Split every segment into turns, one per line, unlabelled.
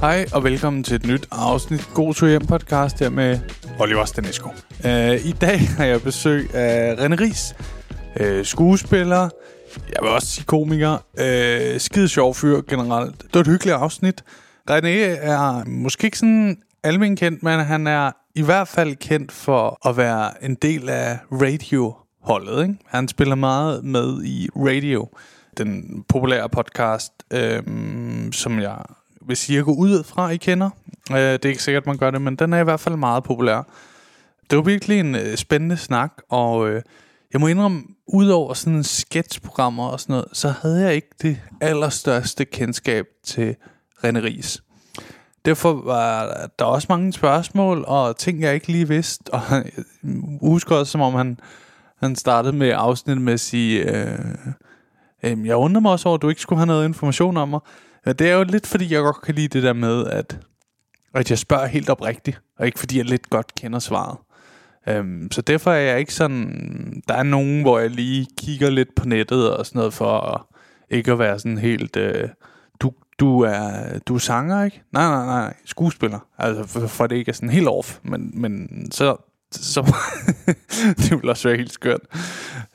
Hej og velkommen til et nyt afsnit God Tur Hjem podcast her med Oliver Stanesco. Uh, I dag har jeg besøg af René Ries, uh, skuespiller, jeg vil også sige komiker, uh, skide sjov fyr generelt. Det var et hyggeligt afsnit. René er måske ikke sådan almen kendt, men han er i hvert fald kendt for at være en del af radioholdet. Ikke? Han spiller meget med i radio, den populære podcast, øh, som jeg vil sige, jeg går ud fra, I kender. Øh, det er ikke sikkert, man gør det, men den er i hvert fald meget populær. Det var virkelig en øh, spændende snak, og øh, jeg må indrømme, udover sådan sketchprogrammer og sådan noget, så havde jeg ikke det allerstørste kendskab til René Ries. Derfor var der også mange spørgsmål og ting, jeg ikke lige vidste, og jeg husker også, som om han, han startede med afsnittet med at sige, øh, Øhm, jeg undrer mig også over, at du ikke skulle have noget information om mig. Ja, det er jo lidt, fordi jeg godt kan lide det der med, at, at jeg spørger helt oprigtigt, og ikke fordi jeg lidt godt kender svaret. Øhm, så derfor er jeg ikke sådan... Der er nogen, hvor jeg lige kigger lidt på nettet og sådan noget, for at, ikke at være sådan helt... Øh, du, du, er, du er sanger, ikke? Nej, nej, nej, nej. Skuespiller. Altså, for, for det ikke er sådan helt off. Men, men så... så det ville også være helt skørt.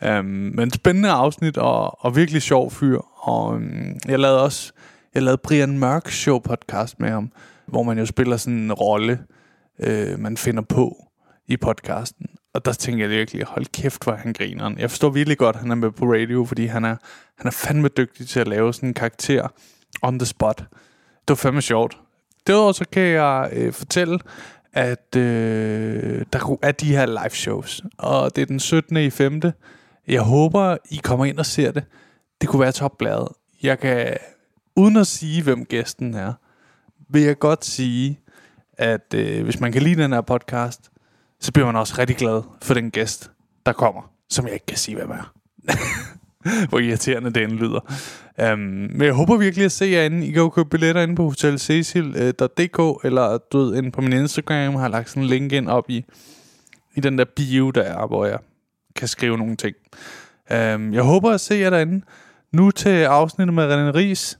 Øhm, men spændende afsnit og, og virkelig sjov fyr. Og øhm, jeg lavede også jeg lavede Brian Mørk show podcast med ham, hvor man jo spiller sådan en rolle, øh, man finder på i podcasten. Og der tænker jeg virkelig, hold kæft, hvor er han grineren. Jeg forstår virkelig godt, at han er med på radio, fordi han er, han er fandme dygtig til at lave sådan en karakter on the spot. Det var fandme sjovt. Derudover så kan jeg øh, fortælle, at øh, der er de her live shows, og det er den 17. i 5. Jeg håber, I kommer ind og ser det. Det kunne være topbladet. Jeg kan, uden at sige, hvem gæsten er, vil jeg godt sige, at øh, hvis man kan lide den her podcast, så bliver man også rigtig glad for den gæst, der kommer, som jeg ikke kan sige, hvem er. Hvor irriterende det end lyder. Um, men jeg håber virkelig at se jer inde. I kan jo købe billetter inde på øh, hotelcecil.dk, eller du ved, inde på min Instagram, har jeg lagt sådan en link ind op i, i den der bio, der er, hvor jeg kan skrive nogle ting. Um, jeg håber at se jer derinde. Nu til afsnittet med René Ries.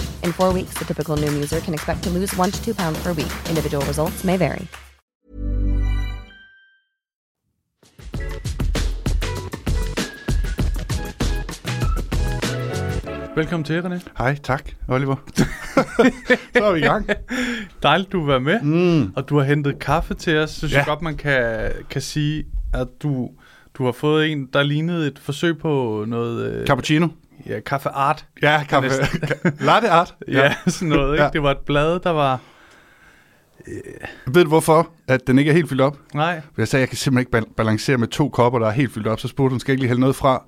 In four weeks, the typical Noom user can expect to lose one to two pounds per week. Individual results may vary.
Velkommen til, René.
Hej, tak, Oliver. så er vi i gang.
Dejligt, du vil være med. Mm. Og du har hentet kaffe til os. Synes ja.
Ja.
jeg godt, man kan, kan sige, at du, du har fået en, der lignede et forsøg på noget... Øh,
Cappuccino.
ja, kaffeart.
Ja, kaffe. Latte art.
Ja, ja sådan noget. Ikke? Ja.
Ja.
Det var et blad, der var...
Ved du hvorfor, at den ikke er helt fyldt op?
Nej.
For Jeg sagde, at jeg kan simpelthen ikke bal- balancere med to kopper, der er helt fyldt op. Så spurgte hun, skal jeg ikke lige hælde noget fra?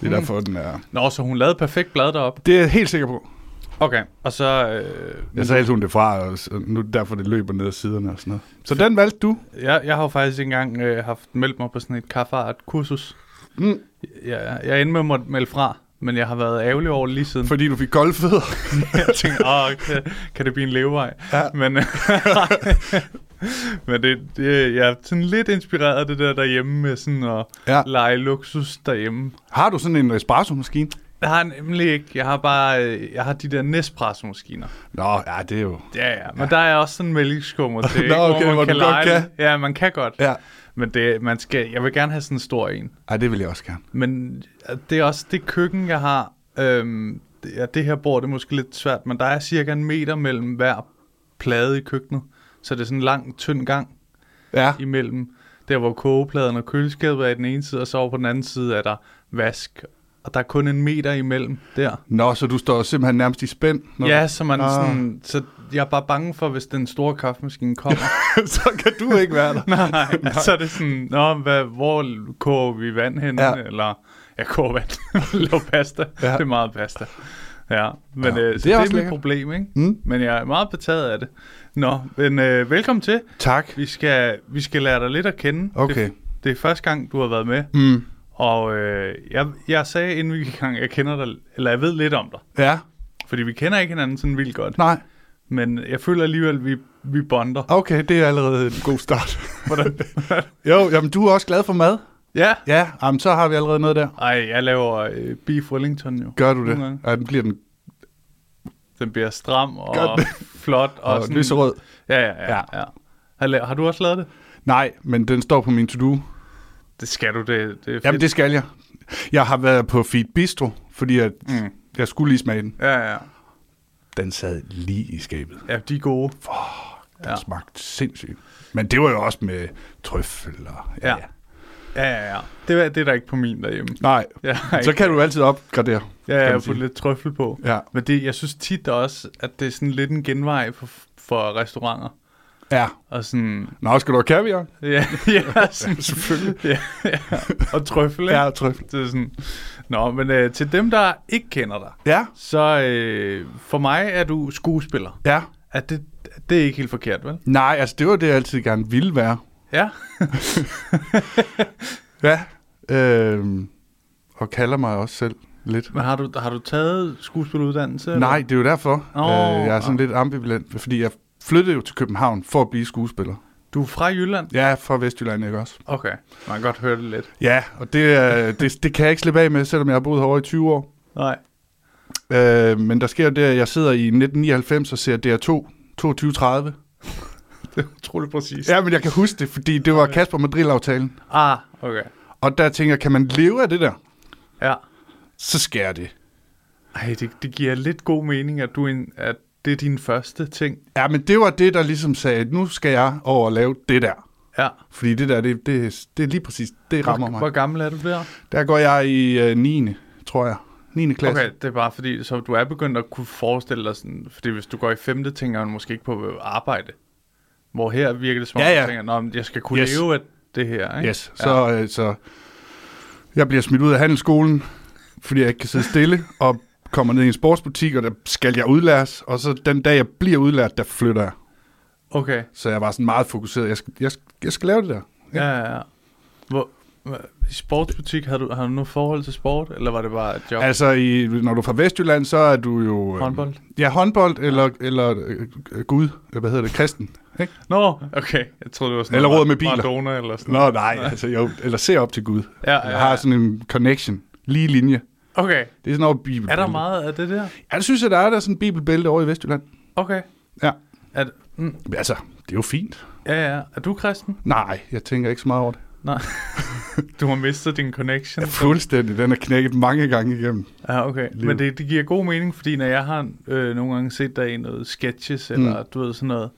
Det er mm. derfor, den er...
Nå, så hun lavede perfekt blad derop.
Det er jeg helt sikker på.
Okay, og så... Øh,
Jeg sagde, at hun det fra, og s- og nu er det derfor, det løber ned ad siderne og sådan noget. Så den valgte du.
Jeg, jeg har jo faktisk ikke engang øh, haft meldt mig på sådan et kaffeart kursus.
Mm.
Jeg, jeg endte med at måtte melde fra, men jeg har været ærgerlig over det lige siden.
Fordi du fik kolde fødder.
jeg tænkte, åh, kan, kan det blive en levevej? Ja. Men, øh, men det, det, jeg er sådan lidt inspireret af det der derhjemme med sådan at ja.
Ja.
lege luksus derhjemme.
Har du sådan en espresso-maskine?
Jeg har nemlig ikke. Jeg har bare øh, jeg har de der Nespresso-maskiner.
Nå, ja, det er jo...
Ja, ja. Men der er også sådan en mælkeskummer til,
Nå,
ikke?
okay, hvor du godt
lege-
kan.
Ja, man kan godt.
Ja.
Men det, man skal, jeg vil gerne have sådan en stor en.
Ej, det vil jeg også gerne.
Men det er også det køkken, jeg har. Øhm, det- ja, det her bord det er måske lidt svært, men der er cirka en meter mellem hver plade i køkkenet.
så det er sådan en lang, tynd gang
Ja.
imellem. Der, hvor kogepladen og køleskabet er i den ene side, og så over på den anden side er der vask. Og der er kun en meter imellem der.
Nå, så du står simpelthen nærmest i spænd? når
Ja,
du-
så, man
Ah.
sådan, så jeg er bare bange for, hvis den store kaffemaskine kommer.
så kan du ikke være der.
Nej, så er det sådan, Nå, hvad, hvor koger vi vand hen?
Ja.
Ja. Eller, jeg koger vand, laver pasta.
Ja.
Ja. Det er meget pasta. Ja, men ja. Øh,
det
så
er
det er,
også
det er mit
lækkert.
problem, ikke?
Mm.
Men jeg er meget betaget af det. Nå, men øh, velkommen til.
Tak.
Vi skal, vi skal lære dig lidt at kende.
Okay.
Det, det er første gang, du har været med.
Mm.
Og øh, jeg, jeg sagde inden vi gik i gang, jeg kender dig, eller jeg ved lidt om dig.
Ja.
Fordi vi kender ikke hinanden sådan vildt godt.
Nej.
Men jeg føler alligevel, vi, vi bonder.
Okay, det er allerede en god start.
Hvordan?
jo, jamen du er også glad for mad.
ja.
Ja, jamen, så har vi allerede noget der.
Ej, jeg laver øh, beef wellington jo.
Gør du det?
Nogle gange.
Ja, den bliver den
Den bliver stram
Gør
og
det.
flot. Og,
og
sådan,
lyserød.
Ja, ja, ja.
Ja.
ja. Har, la- har du også lavet det?
Nej, men den står på min to-do.
Det skal du, det, det er fedt.
Jamen, det skal jeg. Jeg har været på Fit Bistro, fordi at mm. jeg skulle lige smage den.
Ja, ja.
Den sad lige i skabet.
Ja, de er gode.
Den ja. smagte sindssygt. Men det var jo også med trøffel og...
Ja. Ja, ja, ja. Det, er- det er der ikke på min derhjemme.
Nej,
Jeg har
så
ikke-
kan du altid opgradere.
Ja, jeg
kan
har
man
fået
sige.
lidt trøffel på.
Ja.
Men det, jeg synes tit også, at det er sådan lidt en genvej for, for restauranter.
Ja.
Og sådan,
Nå, skal du have kaviar?
ja, ja, sådan, selvfølgelig. Ja, ja. Og trøffel, ikke?
Ja, trøffel.
Det er sådan. Nå, men øh, til dem, der ikke kender dig,
Ja.
så øh, for mig er du skuespiller.
Ja.
Er det, det er ikke helt forkert, vel?
Nej, altså det var det, jeg altid gerne ville være.
Ja.
Ja. Øhm, og kalder mig også selv lidt.
Men har du, har du taget skuespiluddannelse? eller?
Nej, det er jo derfor.
Nå.
øh, jeg er sådan lidt ambivalent, fordi jeg flyttede jo til København for at blive skuespiller.
Du er fra Jylland?
Jeg er fra Vestjylland, ikke også?
Okay, man kan godt høre det lidt.
Ja, og det, øh, det, det kan jeg ikke slippe af med, selvom jeg har boet herovre i 20 år.
Nej.
Øh, men der sker jo det, at jeg sidder i 1999 og ser DR2 2230.
Det er utroligt præcis.
Ja, men jeg kan huske det, fordi det var Kasper Madrid-aftalen.
Ah, okay.
Og der tænker jeg, kan man leve af det der?
Ja.
Så sker det.
Ej, det, det giver lidt god mening, at, du er en, at det er din første ting.
Ja, men det var det, der ligesom sagde, nu skal jeg over og lave det der.
Ja.
Fordi det der, det, det, det er lige præcis, det rammer
Hvor, hvor
mig.
gammel er du der?
Der går jeg i øh, 9. tror jeg. 9. klasse.
Okay, det er bare fordi, så du er begyndt at kunne forestille dig sådan, fordi hvis du går i femte, tænker man måske ikke på øh, arbejde. Hvor her virker det som om,
Ja,
ja,
ja.
ja. tænker, Nå, men jeg skal kunne
Yes.
yes. leve af det her, ikke?
Yes, så, øh, så jeg bliver smidt ud af handelsskolen, fordi jeg ikke kan sidde stille, og kommer ned i en sportsbutik, og der skal jeg udlæres, og så den dag, jeg bliver udlært, der flytter jeg.
Okay,
Så jeg var sådan meget fokuseret, jeg skal, jeg skal, jeg skal lave det der.
ja, ja, ja. Hvor, hva- i sportsbutik, har du, har du noget forhold til sport, eller var det bare et job? Altså,
Altså, i, når du er fra Vestjylland, så er du jo... øh,
Håndbold?
Ja, håndbold, eller, eller øh, øh, Gud, øh, hvad hedder det, kristen. Ikke?
Nå, okay, jeg troede, det var sådan
Eller
noget
råd med
Mar-
biler.
Maradona eller sådan
Nå, nej, altså, jo, eller ser op til Gud.
Ja, ja,
jeg har
ja.
sådan en connection, lige linje.
Okay,
Det er sådan over Bibel.
er der meget af det der?
Ja, det synes jeg, der er der er sådan en bibelbælte over i Vestjylland.
Okay,
Ja,
er, det- mm,
Men altså, det er jo fint.
ja, ja, er du kristen?
Nej, jeg tænker ikke så meget over det.
Nej, du har mistet din connection.
Fuldstændig, den er knækket mange gange igennem.
Ja, Ah, okay. Men det, det giver god mening, fordi når jeg har øh, nogle gange set dig i noget sketches, eller du ved sådan noget,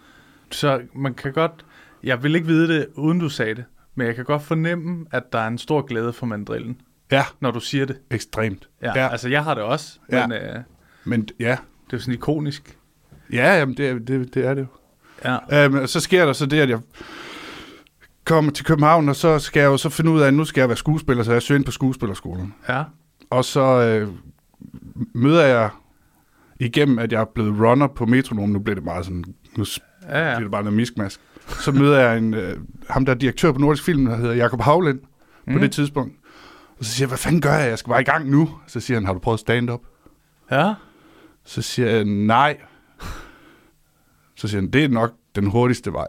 så man kan godt, jeg vil ikke vide det, uden du sagde det, men jeg kan godt fornemme, at der er en stor glæde for mandrillen,
Ja,
når du siger det.
ekstremt.
Ja, ja. altså jeg har det også,
Ja.
men øh, det
Men ja,
er jo sådan ikonisk.
ja jamen, det, er- det, det er det jo.
Ja,
Øhm, og så sker der så det, at jeg kommer til København, og så skal jeg jo så finde ud af, at nu skal jeg være skuespiller, så jeg søger ind på skuespillerskolen.
ja.
Og så øh, møder jeg igennem, at jeg er blevet runner på metronom. Nu bliver det meget sådan, nu s-
Ja, ja.
bliver det bare noget miskmask. Så møder jeg en, øh, ham, der er direktør på Nordisk Film, der hedder Jakob Havlind, mm.
Mhm.
på det tidspunkt. Og så siger jeg, hvad fanden gør jeg? Jeg skal bare i gang nu. Så siger han, har du prøvet stand-up?
ja.
Så siger jeg, nej. Så siger han, det er nok den hurtigste vej.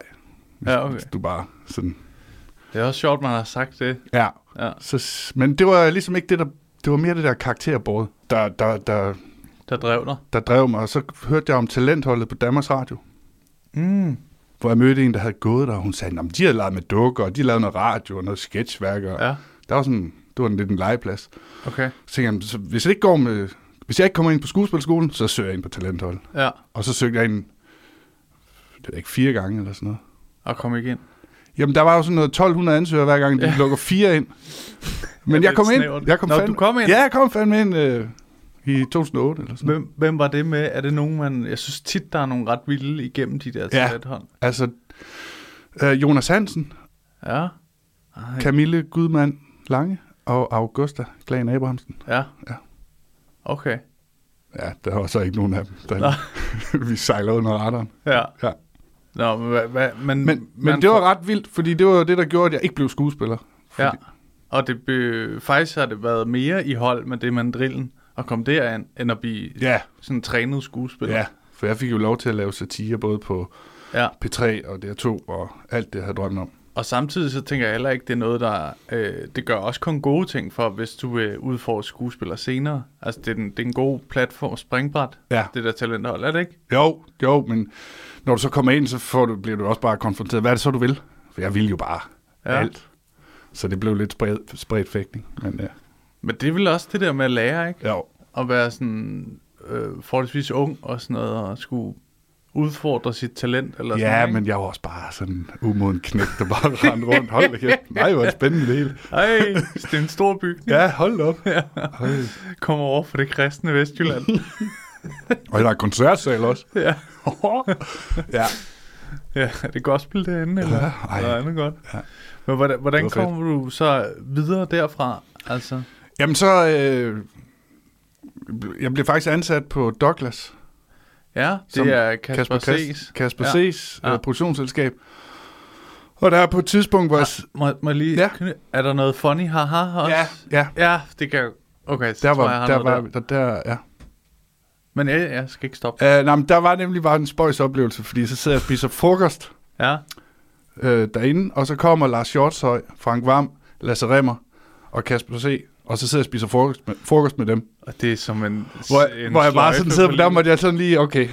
Hvis,
Ja, okay.
hvis du bare sådan...
Det er også sjovt, man har sagt det.
Ja.
Ja.
Så, s- men det var ligesom ikke det, der... Det var mere det der karakterbord, der, der, der,
Der drev dig.
der drev mig. Og så hørte jeg om talentholdet på Danmarks Radio. Mm. Hvor jeg mødte en, der havde gået der, og hun sagde, at de havde leget med dukker, og de lavede noget radio og noget sketchværk. Og
Ja.
Der var sådan, det var en lidt en legeplads.
Okay.
Så tænkte jeg, så hvis jeg ikke går med... Hvis jeg ikke kommer ind på skuespilskolen, så søger jeg ind på talentholdet.
Ja.
Og så søgte jeg ind det var ikke fire gange eller sådan noget.
Og kom ikke ind.
Jamen, der var jo sådan noget 1200 ansøgere hver gang, de ja. lukker fire ind. Men
Det er
jeg kom
lidt
ind.
snævert.
Jeg kom
Nå,
fandme,
du kom ind?
Ja, jeg kom fandme ind øh, i 2008 eller sådan noget.
Hvem, hvem var det med? Er det nogen, man... Jeg synes tit, der er nogle ret vilde igennem de der
Ja.
talethånd.
Altså, øh, Jonas Hansen,
Ja.
Camille Gudmand Lange og Augusta Glan Abrahamsen.
Ja.
Ja.
Okay.
Ja, der var så ikke nogen af dem. Der, vi sejler under radaren.
Ja.
Ja.
Nå, men, hvad, hvad, men,
Men,
man
men det var
får-
ret vildt, fordi det var det, der gjorde, at jeg ikke blev skuespiller.
Ja. Og det be, faktisk har det været mere i hold med det mandrillen at komme derind, end at blive
Ja.
sådan en trænet skuespiller.
Ja, for jeg fik jo lov til at lave satire både på
ja.
P3 og DR2 og alt det, jeg havde drømt om.
Og samtidig så tænker jeg heller ikke, det er noget, der... Øh, det gør også kun gode ting for, hvis du vil udfordre skuespillere senere. Altså, det er, den, det er en god platform, springbræt,
Ja.
det der talenthold, er det ikke?
Jo, jo, men når du så kommer ind, så får du, bliver du også bare konfronteret. Hvad er det så, du vil? For jeg ville jo bare
Ja.
ja. alt. Så det blev lidt spredt, spredt fægtning. Men ja,
Men det er vel også det der med at lære, ikke?
jo.
At være sådan øh, forholdsvis ung og sådan noget, og skulle udfordre sit talent eller sådan
ja
noget,
men jeg var også bare sådan umoden knægt, der bare rendte rundt. Hold da kæft. Nej, hvor er det spændende det hele.
Ej, det er en stor by.
Ja, hold da op. Hold.
Kom over for det kristne Vestjylland.
Og der er koncertsal også.
ja.
Ja.
ja, er det gospel derinde, eller
Ja, ej.
noget andet godt? Ja. Men hvordan, hvordan
Det var fedt.
kommer du så videre derfra? Altså,
Jamen så, øh, jeg blev faktisk ansat på Douglas.
ja, det
som
er Kasper, Kasper
Christ-
C's.
Kasper
ja.
ja. C's
Ja.
ja. produktionsselskab. Og der er på et tidspunkt, hvor jeg, s-
Må, må jeg lige,
Ja.
ja. er der noget funny haha også?
Ja, ja.
Ja, det kan jeg Okay, så
der
tror jeg,
var,
jeg har
der
noget
var, der, der, ja.
Men jeg, jeg skal ikke stoppe.
Uh, nej, men der var nemlig bare en spøjs oplevelse, fordi så sidder jeg og spiser frokost
Ja.
øh, derinde, og så kommer Lars Hjortshøj, Frank Vam, Lasse Remmer og Kasper C., og så sidder jeg og spiser frokost med, frokost med dem.
Og det er som en...
Hvor,
en
hvor jeg bare
sløjfe
sådan sidder,
på
der
livet.
måtte jeg sådan lige, okay,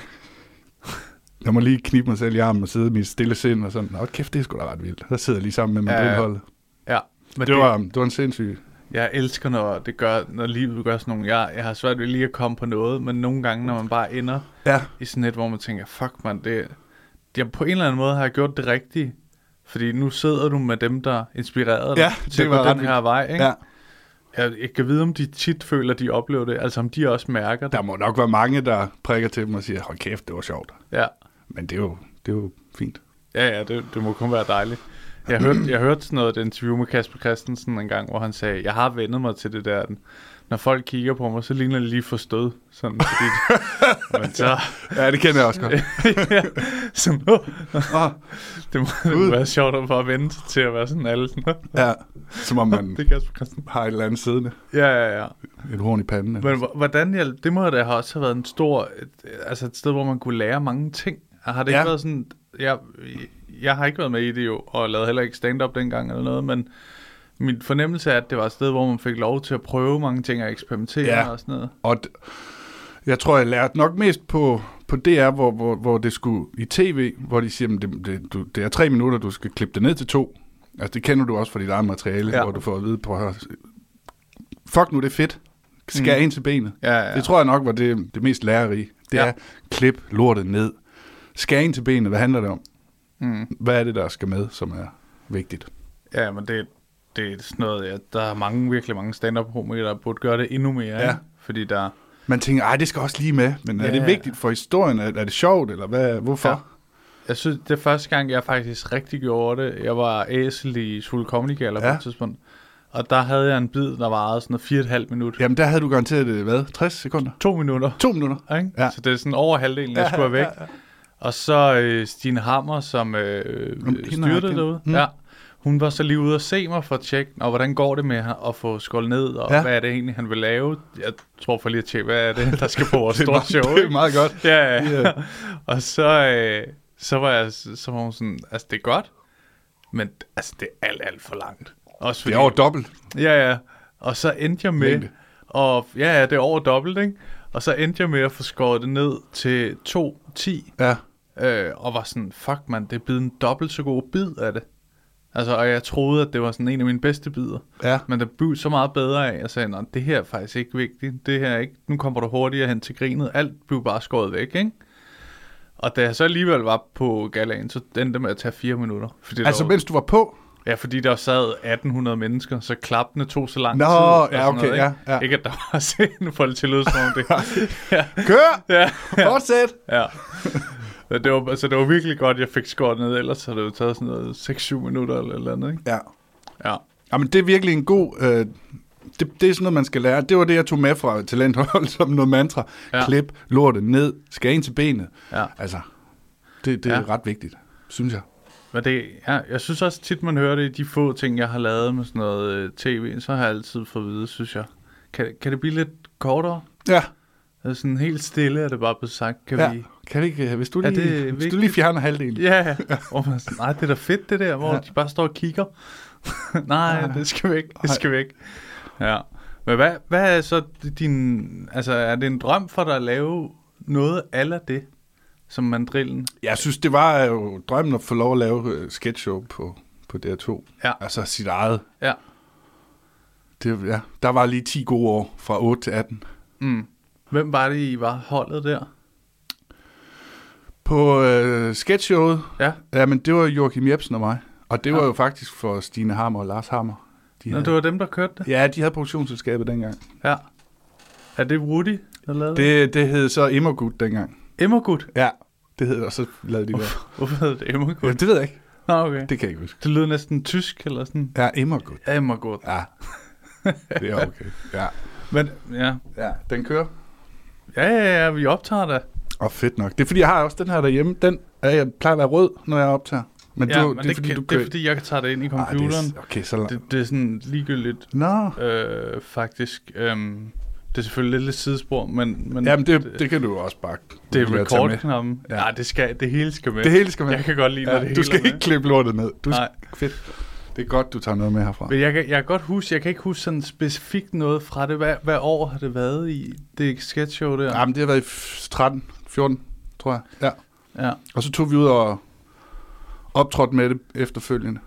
jeg må lige knibe mig selv i armen og sidde i mit stille sind og sådan, nå kæft, det er sgu da ret vildt. Der sidder jeg lige sammen med
Ja, ja.
mandrilholdet.
Ja. Men
Det var, det var en sindssyg
Jeg elsker, når det gør, når livet gør sådan nogle... Jeg, jeg har svært ved lige at komme på noget, men nogle gange, når man bare ender
Ja.
i sådan et, hvor man tænker, fuck man, det, jeg på en eller anden måde har jeg gjort det rigtige. Fordi nu sidder du med dem, der inspirerede dig
Ja,
til
det
at
var
gå
ret
den her
vildt.
vej. Ikke?
Ja.
Jeg, jeg kan vide, om de tit føler, de oplever det. Altså om de også mærker det.
Der må nok være mange, der prikker til dem og siger, hold kæft, det var sjovt.
Ja,
Men det er jo, det er jo fint.
ja, ja det, det må kun være dejligt. Jeg hørte, jeg hørte sådan noget, et interview med Kasper Christensen en gang, hvor han sagde, jeg har vendet mig til det der, når folk kigger på mig, så ligner det lige for stød. Sådan, fordi, men så,
Ja, det kender jeg også godt.
ja, sådan, åh,
Åh,
det må, det må være sjovt at bare vente til at være sådan alle sådan, "Åh,
ja, som om man
det er Kasper Christensen.
har et eller andet siddende.
Ja, ja, ja.
Et horn i panden.
Men hvor- hvordan, hjælp, det må da have også have været en stor, et, altså et sted, hvor man kunne lære mange ting. Har det ikke
Ja.
været sådan, jeg, jeg har ikke været med i det jo, og lavede heller ikke stand-up dengang eller noget, men min fornemmelse er, at det var et sted, hvor man fik lov til at prøve mange ting og eksperimentere
Ja.
og sådan noget.
Og d- jeg tror, jeg lærte nok mest på, på DR, hvor, hvor, hvor det skulle i tv, hvor de siger, at det, det, du- det er tre minutter, du skal klippe det ned til to. Altså, det kender du også fra dit eget materiale,
Ja.
ja. hvor du får at vide på her. Fuck nu, det er fedt. Skær mm. ind til benet.
Mhm. Ja, ja.
Det tror jeg nok var det, det mest lærerige. Det
Ja.
ja. er, klip lortet ned. Skær ind til benet, hvad handler det om? Mm.
Mhm.
Hvad er det, der skal med, som er vigtigt?
Ja, men det, det er sådan noget, ja, der er mange, virkelig mange stand-up-homikere, der burde gøre det endnu mere,
Ja.
ikke? fordi der...
Man tænker, ej, det skal også lige med, men er
Ja.
det vigtigt for historien? Er, er det sjovt, eller hvad, hvorfor?
Ja. Jeg synes, det er første gang, jeg faktisk rigtig gjorde det. Jeg var æsel i Sule Comedy Gala ja. på
Ja.
et tidspunkt. Og der havde jeg en bid, der varede sådan noget 4,5 minut. Ja.
Jamen, der havde du garanteret, øh, hvad, 60 sekunder?
To minutter.
To minutter.
Ikke? Ja.
Ja.
Så det er sådan over halvdelen, jeg skulle have væk. Og så øh, Stine Hammer, som øh, øh,
hende har jeg
styrte
kendt.
derude. Mm. Ja. Hun var så lige ude og se mig for at tjekke, og hvordan går det med at få skålet ned, og ja.
Ja.
hvad er det egentlig, han vil lave? Jeg tror for lige at tjekke, hvad er det, der skal på vores
Det er
store
meget-
show.
det er
ikke?
meget godt.
Ja, ja.
Ja.
Yeah. og så, øh, så, var jeg, så var hun sådan, altså det er godt, men altså, det er alt, alt for langt. Også
Det er over dobbelt.
Ja, ja. Og så endte jeg med...
Mængde.
Og, ja, ja, det er over dobbelt, ikke? Og så endte jeg med at få skåret det ned til 2.10.
Ja.
Øh, og var sådan, fuck mand, det er blevet en dobbelt så god bid af det. Altså, og jeg troede, at det var sådan en af mine bedste bidder.
Ja.
Men der blev så meget bedre af, at jeg sagde, "Nå, det her er faktisk ikke vigtigt. Det her er ikke, nu kommer du hurtigere hen til grinet. Alt blev bare skåret væk, ikke? Og da jeg så alligevel var på galaen, så endte det med at tage fire minutter. Fordi
Altså,
der, var-
mens du var på?
Ja, fordi der sad 1800 mennesker, så klappene tog så lang
Nå,
tid. og sådan
ja, okay,
noget, ikke?
ja, ja.
Ikke at der var scenen for det til at lyde som om det. ja,
Kør!
ja, ja.
Fortsæt!
ja. Så det, var, altså, det var virkelig godt, jeg fik skåret ned, ellers havde det jo taget sådan noget 6-7 minutter eller et eller andet, ikke?
Ja.
Ja.
Jamen, det er virkelig en god... Øh, det, det er sådan noget, man skal lære. Det var det, jeg tog med fra talenthold som noget mantra. Ja.
Ja.
Klip, lortet ned, skære ind til benet.
Ja.
Altså, det, det er
Ja.
ret vigtigt, synes jeg.
Men det, ja, jeg synes også tit, man hører det i de få ting, jeg har lavet med sådan noget øh, tv, så har jeg altid fået at vide, synes jeg. Kan, kan det blive lidt kortere?
Ja,
Altså sådan helt stille er det bare blevet sagt, kan
ja.
vi...
Kan vi ikke, øh, hvis du
Er
lige,
det
hvis du lige
vigtigt?
fjerner halvdelen.
Ja, og man er sådan, nej, det er da fedt det der, hvor
Ja.
ja. de bare står og kigger. nej, det skal vi ikke, det skal vi ikke. Ja. Men hvad, hvad er så din, altså er det en drøm for dig at lave noget ala det, som mandrillen?
Jeg synes, det var øh, jo drømmen at få lov at lave øh, sketchshow på, på DR2.
Ja.
Altså sit eget.
Ja,
Det, ja. Der var lige 10 gode år, fra 8 til 18.
hvem var det, I var holdet der?
På øh, sketchshowet,
Ja,
ja, men det var Joachim Jebsen og mig. Og det var jo faktisk for Stine Hammer og Lars Hammer. De
Nå,
havde,
det var dem, der kørte det?
Ja, de havde produktionsselskabet dengang.
Ja. Er det Woody, der lavede
Det,
det?
det hed så Immergut dengang.
Immergut.
Ja. Det hed, og så lavede de det.
Hvorfor hedder det Immergut?
Ja, det ved jeg ikke.
Nå, okay. Det,
Det kan jeg ikke huske.
det lyder næsten tysk eller sådan.
Ja, Immergut.
Ja, Immergut. Ja.
Ja. Det er okay. Ja.
Men ja.
ja. Den kører.
Ja, ja, ja, vi optager det.
Og fedt nok. Det er fordi, jeg har også den her derhjemme. Den er, jeg plejer at være rød, når jeg optager. Men,
Ja,
du,
men det, er, fordi, kan,
du
det er fordi, jeg tager det ind i
Ah, det
computeren.
er, okay, så langt.
det, det er sådan ligegyldigt,
Nå.
øh, faktisk. Øhm, det er selvfølgelig lidt, lidt sidespor, men, men
Jamen, det,
det,
det, kan du jo også bare...
det
lade
er
tage med.
rekordknappen.
Ja.
Ja, det, skal, det hele skal med.
Det hele skal med.
Jeg kan godt lide, når
Ja,
det hele
du skal
er med.
ikke klippe lortet ned. Du
Nej.
Skal, fedt. Det er godt, du tager noget med herfra.
Men jeg kan, jeg kan godt huske, jeg kan ikke huske sådan specifikt noget fra det. Hvad, hvad år har det været i det sketchshow der?
Jamen, det har været i f- 13, 14, tror jeg. Ja.
ja.
Og så tog vi ud og optrådte med det efterfølgende.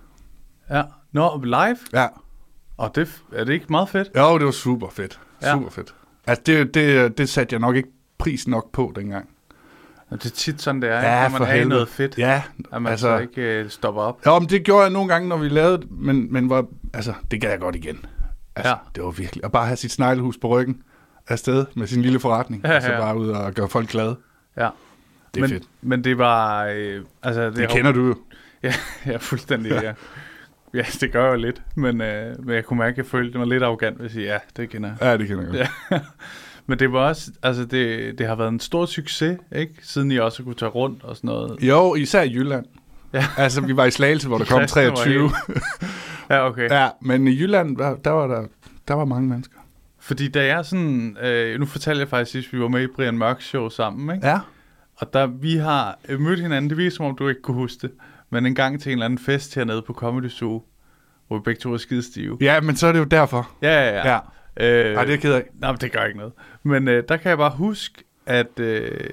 ja. Nå, live?
Ja.
Og det, f- er det ikke meget fedt?
Jo, det var super fedt.
Ja.
Super fedt. Altså, det, det, det satte jeg nok ikke pris nok på dengang.
Og det er tit sådan, det er, ja, når man er i noget fedt.
Ja,
At man altså... så ikke øh, stopper op.
Ja, men det gjorde jeg nogle gange, når vi lavede det, men, men var, altså, det gad jeg godt igen. Altså,
Ja.
Det var virkelig. At bare have sit sneglehus på ryggen afsted med sin lille forretning,
Ja,
og så
ja.
bare ud og gøre folk glade.
Ja.
Det er
men,
fedt.
Men det var... Øh, altså, det,
Det kender du jo.
Ja, ja fuldstændig, ja. Ja, det gør jeg jo lidt, men, øh, men jeg kunne mærke, at jeg følte mig lidt arrogant, hvis jeg ja, det kender jeg.
Ja, det kender jeg godt. Ja.
Ja. men det var også, altså det, det har været en stor succes, ikke? Siden I også kunne tage rundt og sådan noget.
Jo, især i Jylland. Ja. Altså, vi var i Slagelse, hvor der kom
Kristne var
23.
Ja, okay.
ja, men i Jylland, der, der, var der, der var mange mennesker.
Fordi da jeg sådan, øh, nu fortalte jeg faktisk sidst, vi var med i Brian Mørks show sammen, ikke?
Ja.
Og der, vi har øh, mødt hinanden, det virker som om, du ikke kunne huske det, men en gang til en eller anden fest hernede på Comedy Zoo, hvor vi begge to var skidestive.
Ja, men så er det jo derfor.
Ja, ja, ja. Øh,
Ej, det er jeg ked af.
Nej, men det gør ikke noget. Men øh, der kan jeg bare huske, at øh,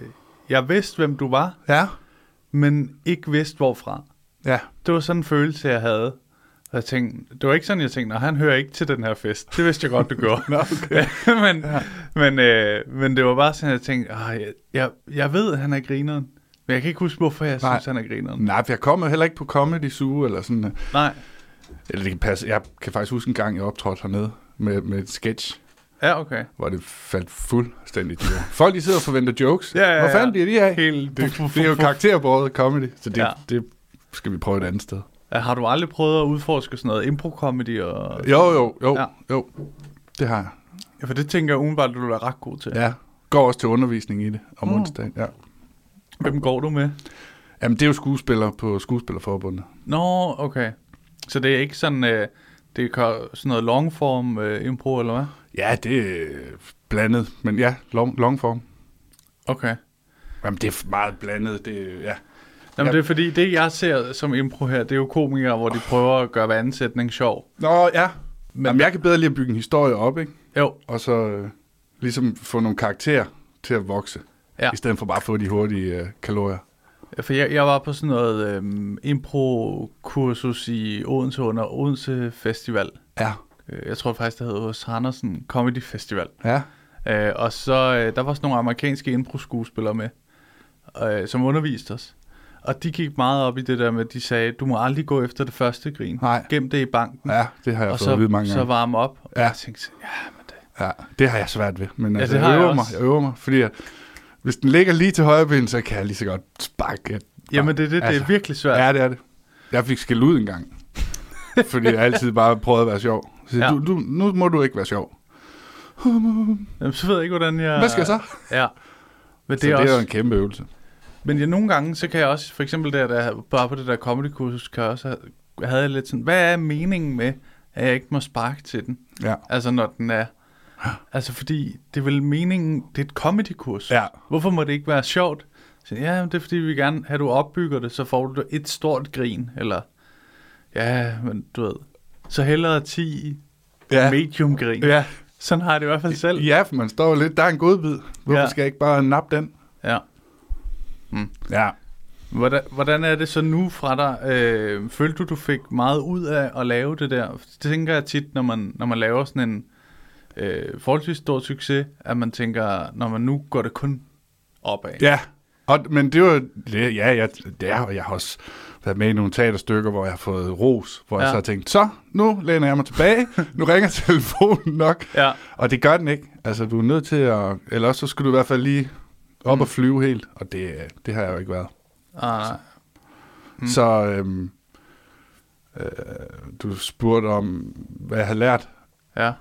jeg vidste, hvem du var,
Ja.
men ikke vidste, hvorfra.
Ja.
Det var sådan en følelse, jeg havde. Og jeg tænkte, det var ikke sådan, jeg tænkte, "Nå, han hører ikke til den her fest. Det vidste jeg godt, du gjorde. Nå, okay. men, ja. men, øh, men det var bare sådan, jeg tænkte, "Ah, jeg, jeg, jeg ved, at han er grineren. Men jeg kan ikke huske, hvorfor jeg
Nej.
synes, han er grineren.
Nej, for jeg kom jo heller ikke på Comedy Zoo eller sådan. øh,
Nej.
Eller det kan passe. Jeg kan faktisk huske en gang, jeg optrådte hernede med, med et sketch.
Ja, okay.
hvor det faldt fuldstændig til jorden. Folk, de sidder og forventer jokes.
Ja, ja, ja.
Hvor fanden bliver de af?
Helt-
det, det er jo karakterbåret comedy, så det, ja.
Ja.
det skal vi prøve et andet sted.
Har du aldrig prøvet at udforske sådan noget impro-comedy? Og...
Jo, jo, jo, ja.
Ja.
jo. Det har jeg.
Ja, for det tænker jeg umiddelbart, at du er ret god til.
Ja. Går også til undervisning i det om mm. onsdagen. Ja.
Hvem går du med?
Jamen, det er jo skuespillere på Skuespillerforbundet.
Nå, okay. Så det er ikke sådan, øh, det er ko- sådan noget longform øh, impro, eller hvad?
Ja, det er blandet, men ja, long, long form.
Okay.
Jamen, det er meget blandet. Det, ja.
Jamen,
Ja.
det er fordi, det jeg ser som impro her, det er jo komikere, hvor de prøver at gøre hver anden sætning sjov.
Nå, ja. Men Jamen, jeg kan bedre lige at bygge en historie op, ikke?
Jo,
og så øh, ligesom få nogle karakterer til at vokse, ja.
Ja.
i stedet for bare at få de hurtige øh, kalorier.
for jeg, jeg var på sådan noget øh, impro-kursus i Odense under Odense Festival.
Ja.
Øh, Jeg tror faktisk, det hedder hos Andersen Comedy Festival.
Ja.
Øh, og så, øh, der var sådan nogle amerikanske impro-skuespillere med. øh, som underviste os. Og de gik meget op i det der med, at de sagde, du må aldrig gå efter det første grin.
Nej.
Gem det i banken.
Ja, det har jeg
og
fået
så,
at vide mange
så
gange.
varme op. Og
Ja.
jeg tænkte, ja, men det,
Ja, det har jeg svært ved. Men altså,
det
det
har
jeg,
jeg
øver mig,
også.
jeg øver mig, fordi at, hvis den ligger lige til højre ben, så kan jeg lige så godt sparke.
Jamen, det er det, det er virkelig svært.
Altså. Ja, det er det. Jeg fik skæld ud en gang, fordi jeg altid bare prøvede at være sjov. Så ja.
Ja.
du, du, nu må du ikke være sjov.
jamen, så ved jeg ikke, hvordan jeg...
Hvad skal jeg så?
Ja. Men det,
Det
er
så
også,
det er jo en kæmpe øvelse.
Men jeg, nogle gange, så kan jeg også, for eksempel der, der bare på det der comedy-kursus, kan jeg også have, havde jeg lidt sådan, hvad er meningen med, at jeg ikke må sparke til den?
Ja.
Altså når den er, altså fordi det er vel meningen, det er et comedy-kursus.
Ja.
Hvorfor må det ikke være sjovt? Så, ja, men det er fordi, vi vil gerne have, at du opbygger det, så får du et stort grin, eller ja, men du ved, så hellere 10
Ja.
ja. medium-grin.
Ja.
Sådan har jeg det i hvert fald selv.
Ja, for man står jo lidt, der er en godbid. Hvorfor ja.
Ja.
skal jeg ikke bare nappe den?
ja.
Ja.
Hvordan, hvordan er det så nu fra dig? Øh, følte du, du fik meget ud af at lave det der? Det tænker jeg tit, når man, når man laver sådan en øh, forholdsvis stor succes, at man tænker, når man nu går det kun opad.
Ja, og, men det var, det, ja, jeg, det er, jeg har også været med i nogle teaterstykker, hvor jeg har fået ros, hvor ja. jeg
Ja.
så har tænkt, så, nu læner jeg mig tilbage, nu ringer telefonen nok,
Ja.
og det gør den ikke. Altså, du er nødt til at, eller også så skulle du i hvert fald lige op og flyve helt, og det, det har jeg jo ikke været.
Mm. Ah,
Mm. Så øhm, øh, du spurgte om, hvad jeg har lært.
ja.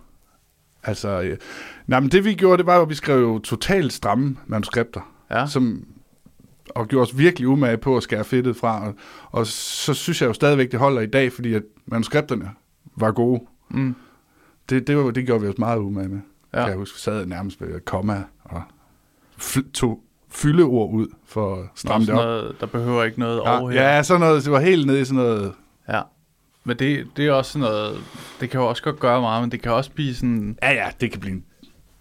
Altså, øh, nej, men det vi gjorde, det var jo, at vi skrev jo totalt stramme manuskripter,
Ja.
som, og gjorde os virkelig umage på at skære fedtet fra. Og, og så synes jeg jo stadigvæk, det holder i dag, fordi at manuskripterne var gode.
Mm.
Det, det, var, det gjorde vi os meget umage med. Ja.
Ja.
Kan jeg huske, sad nærmest ved komma og fl- tog fyldeord ud for at stramme
Sådan
det op.
noget, der behøver ikke noget
Ja,
over her.
ja, sådan noget. Det var helt nede i sådan noget
ja. Men det, det er også sådan noget, det kan jo også godt gøre meget, men det kan også blive sådan
Ja, ja, det kan blive en...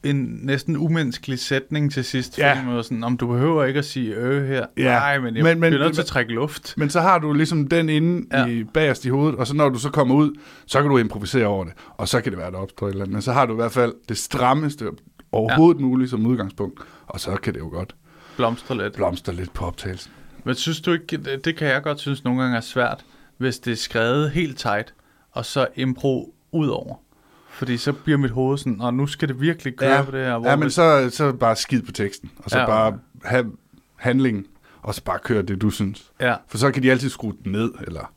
en næsten umenneskelig sætning til sidst.
Ja.
Fordi man er sådan, om du behøver ikke at sige øh her.
Ja.
Nej, men
Men-
jeg men,
men-
men, bliver nødt til
men-
at trække luft.
Men så har du ligesom den inde ja.
Ja.
i, bagerst i hovedet, og så når du så kommer ud, så kan du improvisere over det, og så kan det være, der opstår et eller andet. Men så har du i hvert fald det strammeste overhovedet ja. muligt som udgangspunkt, og så kan det jo godt
Blomstre lidt.
blomstre lidt på optagelsen.
Men synes du ikke, det, det kan jeg godt synes nogle gange er svært, hvis det er skrevet helt tight, og så impro ud over. Fordi så bliver mit hoved sådan, og nu skal det virkelig køre på det her.
ja men
hvis-
så, så bare skid på teksten, og så ja.
Ja.
bare have handlingen, og så bare køre det, du synes.
Ja,
For så kan de altid skrue den ned, eller...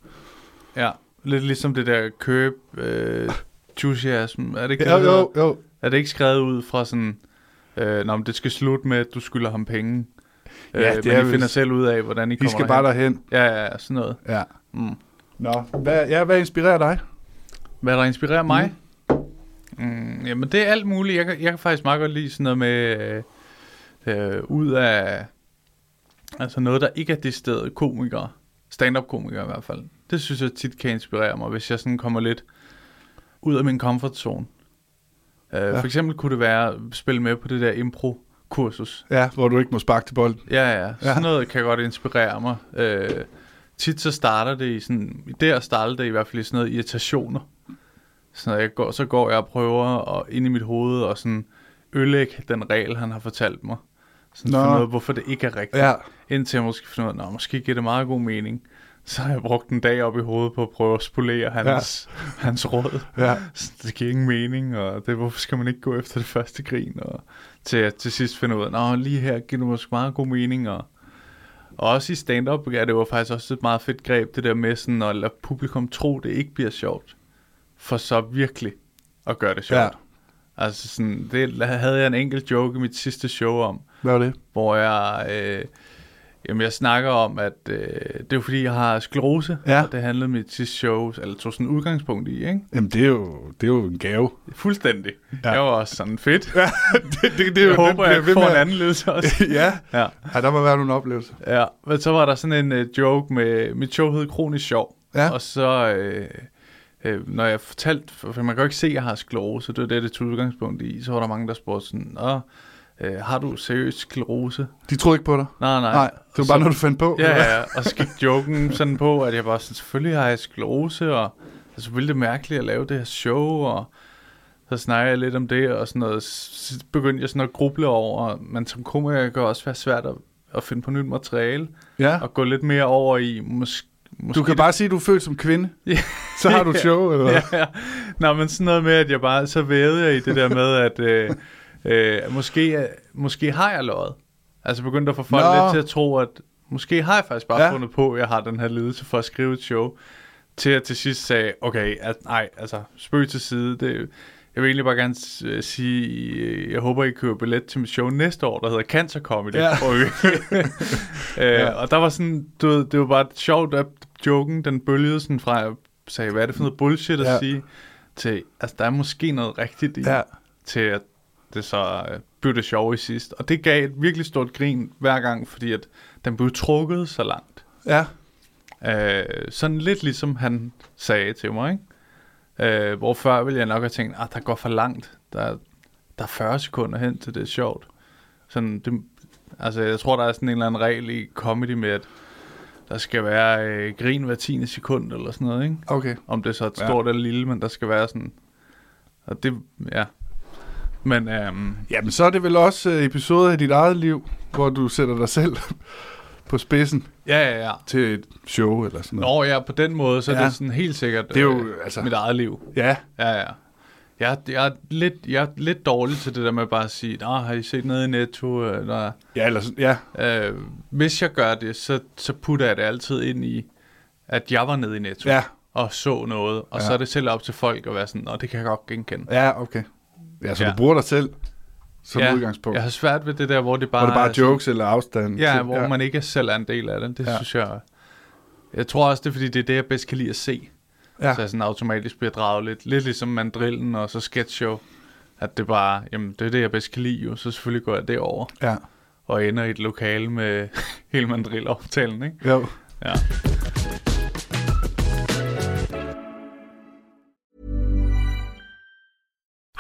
ja. Lidt ligesom det der køb, øh, enthusiasm. Er det ikke
Jo,
det, det
jo,
hedder?
jo.
Er det ikke skrevet ud fra sådan, øh, nå, men det skal slutte med, at du skylder ham penge.
Ja,
øh,
det
men
er
I
vist-
finder selv ud af, hvordan I
I
kommer
skal bare derhen.
Ja, ja, ja, sådan noget.
Ja. Mm. Nå, hvad, ja, hvad inspirerer dig?
Hvad der inspirerer mig? Mm. Mm, jamen, det er alt muligt. Jeg kan, jeg kan faktisk meget godt lide sådan noget med... Øh, øh, ud af... Altså noget, der ikke er det sted komikere. Stand-up-komikere i hvert fald. Det synes jeg tit kan inspirere mig, hvis jeg sådan kommer lidt ud af min comfort zone. Øh, ja. For eksempel kunne det være at spille med på det der impro-kursus.
Ja, hvor du ikke må sparke til bolden.
Ja, ja. Sådan noget kan godt inspirere mig. Øh, tit så starter det i sådan... Der starter det i hvert fald i sådan noget irritationer. Så når jeg går, så går jeg og prøver og ind i mit hoved og sådan ødelægge den regel, han har fortalt mig. Sådan
Nå.
Nå. Noget, hvorfor det ikke er rigtigt.
Ja.
Indtil jeg måske finder ud af, "Nå, måske giver det meget god mening. Så har jeg brugt en dag op i hovedet på at prøve at spolere hans, ja. hans råd.
Ja.
Så det giver ingen mening, og det, hvorfor skal man ikke gå efter det første grin? Og til jeg til sidst finder ud af, "Nå, lige her giver det måske meget god mening. Og, og også i stand-up er det jo faktisk også et meget fedt greb, det der med sådan at lade publikum tro, det ikke bliver sjovt. For så virkelig at gøre det sjovt.
Ja.
Ja. Altså sådan, det havde jeg en enkelt joke i mit sidste show om,
Hvad var det?
hvor jeg, øh, jamen jeg snakker om, at øh, det er jo fordi, jeg har sklerose,
Ja.
og det handlede mit sidste show, eller tog sådan udgangspunkt i, ikke?
Jamen, det er jo, det er jo en gave.
Fuldstændig.
Ja.
Ja. Jeg var også sådan fedt.
Ja, det, det, det
Jeg håber, jeg får en anledning også.
ja. ja.
Ja.
ja, der må være nogle oplevelser.
ja, men så var der sådan en øh, joke med, mit show hed Kronisk Sjov,
Ja.
og så... Øh, øh, når jeg fortalte, for for man kan jo ikke se, at jeg har sklerose, det var det, det tog udgangspunkt i, så var der mange, der spurgte sådan, Nå, øh, har du seriøst sklerose?
De troede ikke på dig?
Nej, nej.
Nej, det var bare noget, du fandt på.
Ja, ja, ja. og så gik joken sådan på, at jeg bare sådan, selvfølgelig har jeg sklerose, og det er selvfølgelig mærkeligt at lave det her show, og så snakker jeg lidt om det, og sådan noget, så begyndte jeg sådan at gruble over, men som komiker kan det også være svært at, at finde på nyt materiale,
Ja.
og gå lidt mere over i måske... måske
Du kan bare sige, at du er født som kvinde.
Ja.
Så har du et show, eller hvad?
ja, ja. Nå, men sådan noget med, at jeg bare... Så vævede jeg i det der med, at øh, øh, måske, øh, måske har jeg løjet. Altså begyndte at få folk
Nå.
lidt til at tro, at måske har jeg faktisk bare
Ja.
ja. fundet på, at jeg har den her ledelse for at skrive et show. Til at til sidst sagde, okay, at, nej, altså spøg til side, det, jeg vil egentlig bare gerne s- øh, sige, øh, jeg håber, I køber billet til mit show næste år, der hedder Cancer Comedy.
Ja.
øh, Og der var sådan, du ved, det var bare sjovt, at joken, den bølgede sådan fra, jeg sagde, hvad er det for noget bullshit at
Ja.
ja. sige, til, altså der er måske noget rigtigt i,
Ja.
ja. til at det så øh, blev det sjovt i sidst. Og det gav et virkelig stort grin hver gang, fordi at den blev trukket så langt.
Ja.
Øh, sådan lidt ligesom han sagde til mig, ikke? Øh, hvor før ville jeg nok have tænkt, at der går for langt. Der, der er 40 sekunder hen til det er sjovt. Sådan, det, altså, jeg tror, der er sådan en eller anden regel i comedy med, at der skal være øh, grin hver 10. sekund eller sådan noget, ikke?
Okay.
Om det er så er et
Ja.
stort eller lille, men der skal være sådan... Og det, ja. Men øhm,
Jamen, så er det vel også øh, episoder i dit eget liv, hvor du sætter dig selv på spidsen
ja, ja, ja.
til et show eller sådan noget.
Nå ja, på den måde, så ja. er
Ja.
det sådan helt sikkert
Det er jo,
øh,
altså-
mit eget liv.
Ja.
Ja, ja. Jeg, er- jeg, er lidt, jeg er lidt dårlig til det der med bare at sige, Nå, har I set noget i Netto? Øh, Nå,
Ja, eller sådan, ja.
øh, hvis jeg gør det, så, så putter jeg det altid ind i, at jeg var nede i Netto
Ja.
og så noget. Og ja. så er det selv op til folk at være sådan, Nå, det kan jeg godt genkende.
Ja, okay. Ja, så ja.
Ja.
du bruger dig selv som ja. udgangspunkt.
Jeg har svært ved det der, hvor det bare,
Hvor det bare er
sådan-
jokes eller afstand.
Ja,
til-
hvor man ikke selv er en del af det. Det
Ja.
ja. synes jeg... Jeg tror også, det er fordi, det er det, jeg bedst kan lide at se.
Ja.
Ja. Så jeg sådan automatisk bliver draget lidt. Lidt ligesom mandrillen og så sketchshow. At det bare, jamen det er det, jeg bedst kan lide jo. Så selvfølgelig går jeg derover
Ja.
og ender i et lokale med hele mandrillaftalen, ikke?
Jo.
Ja.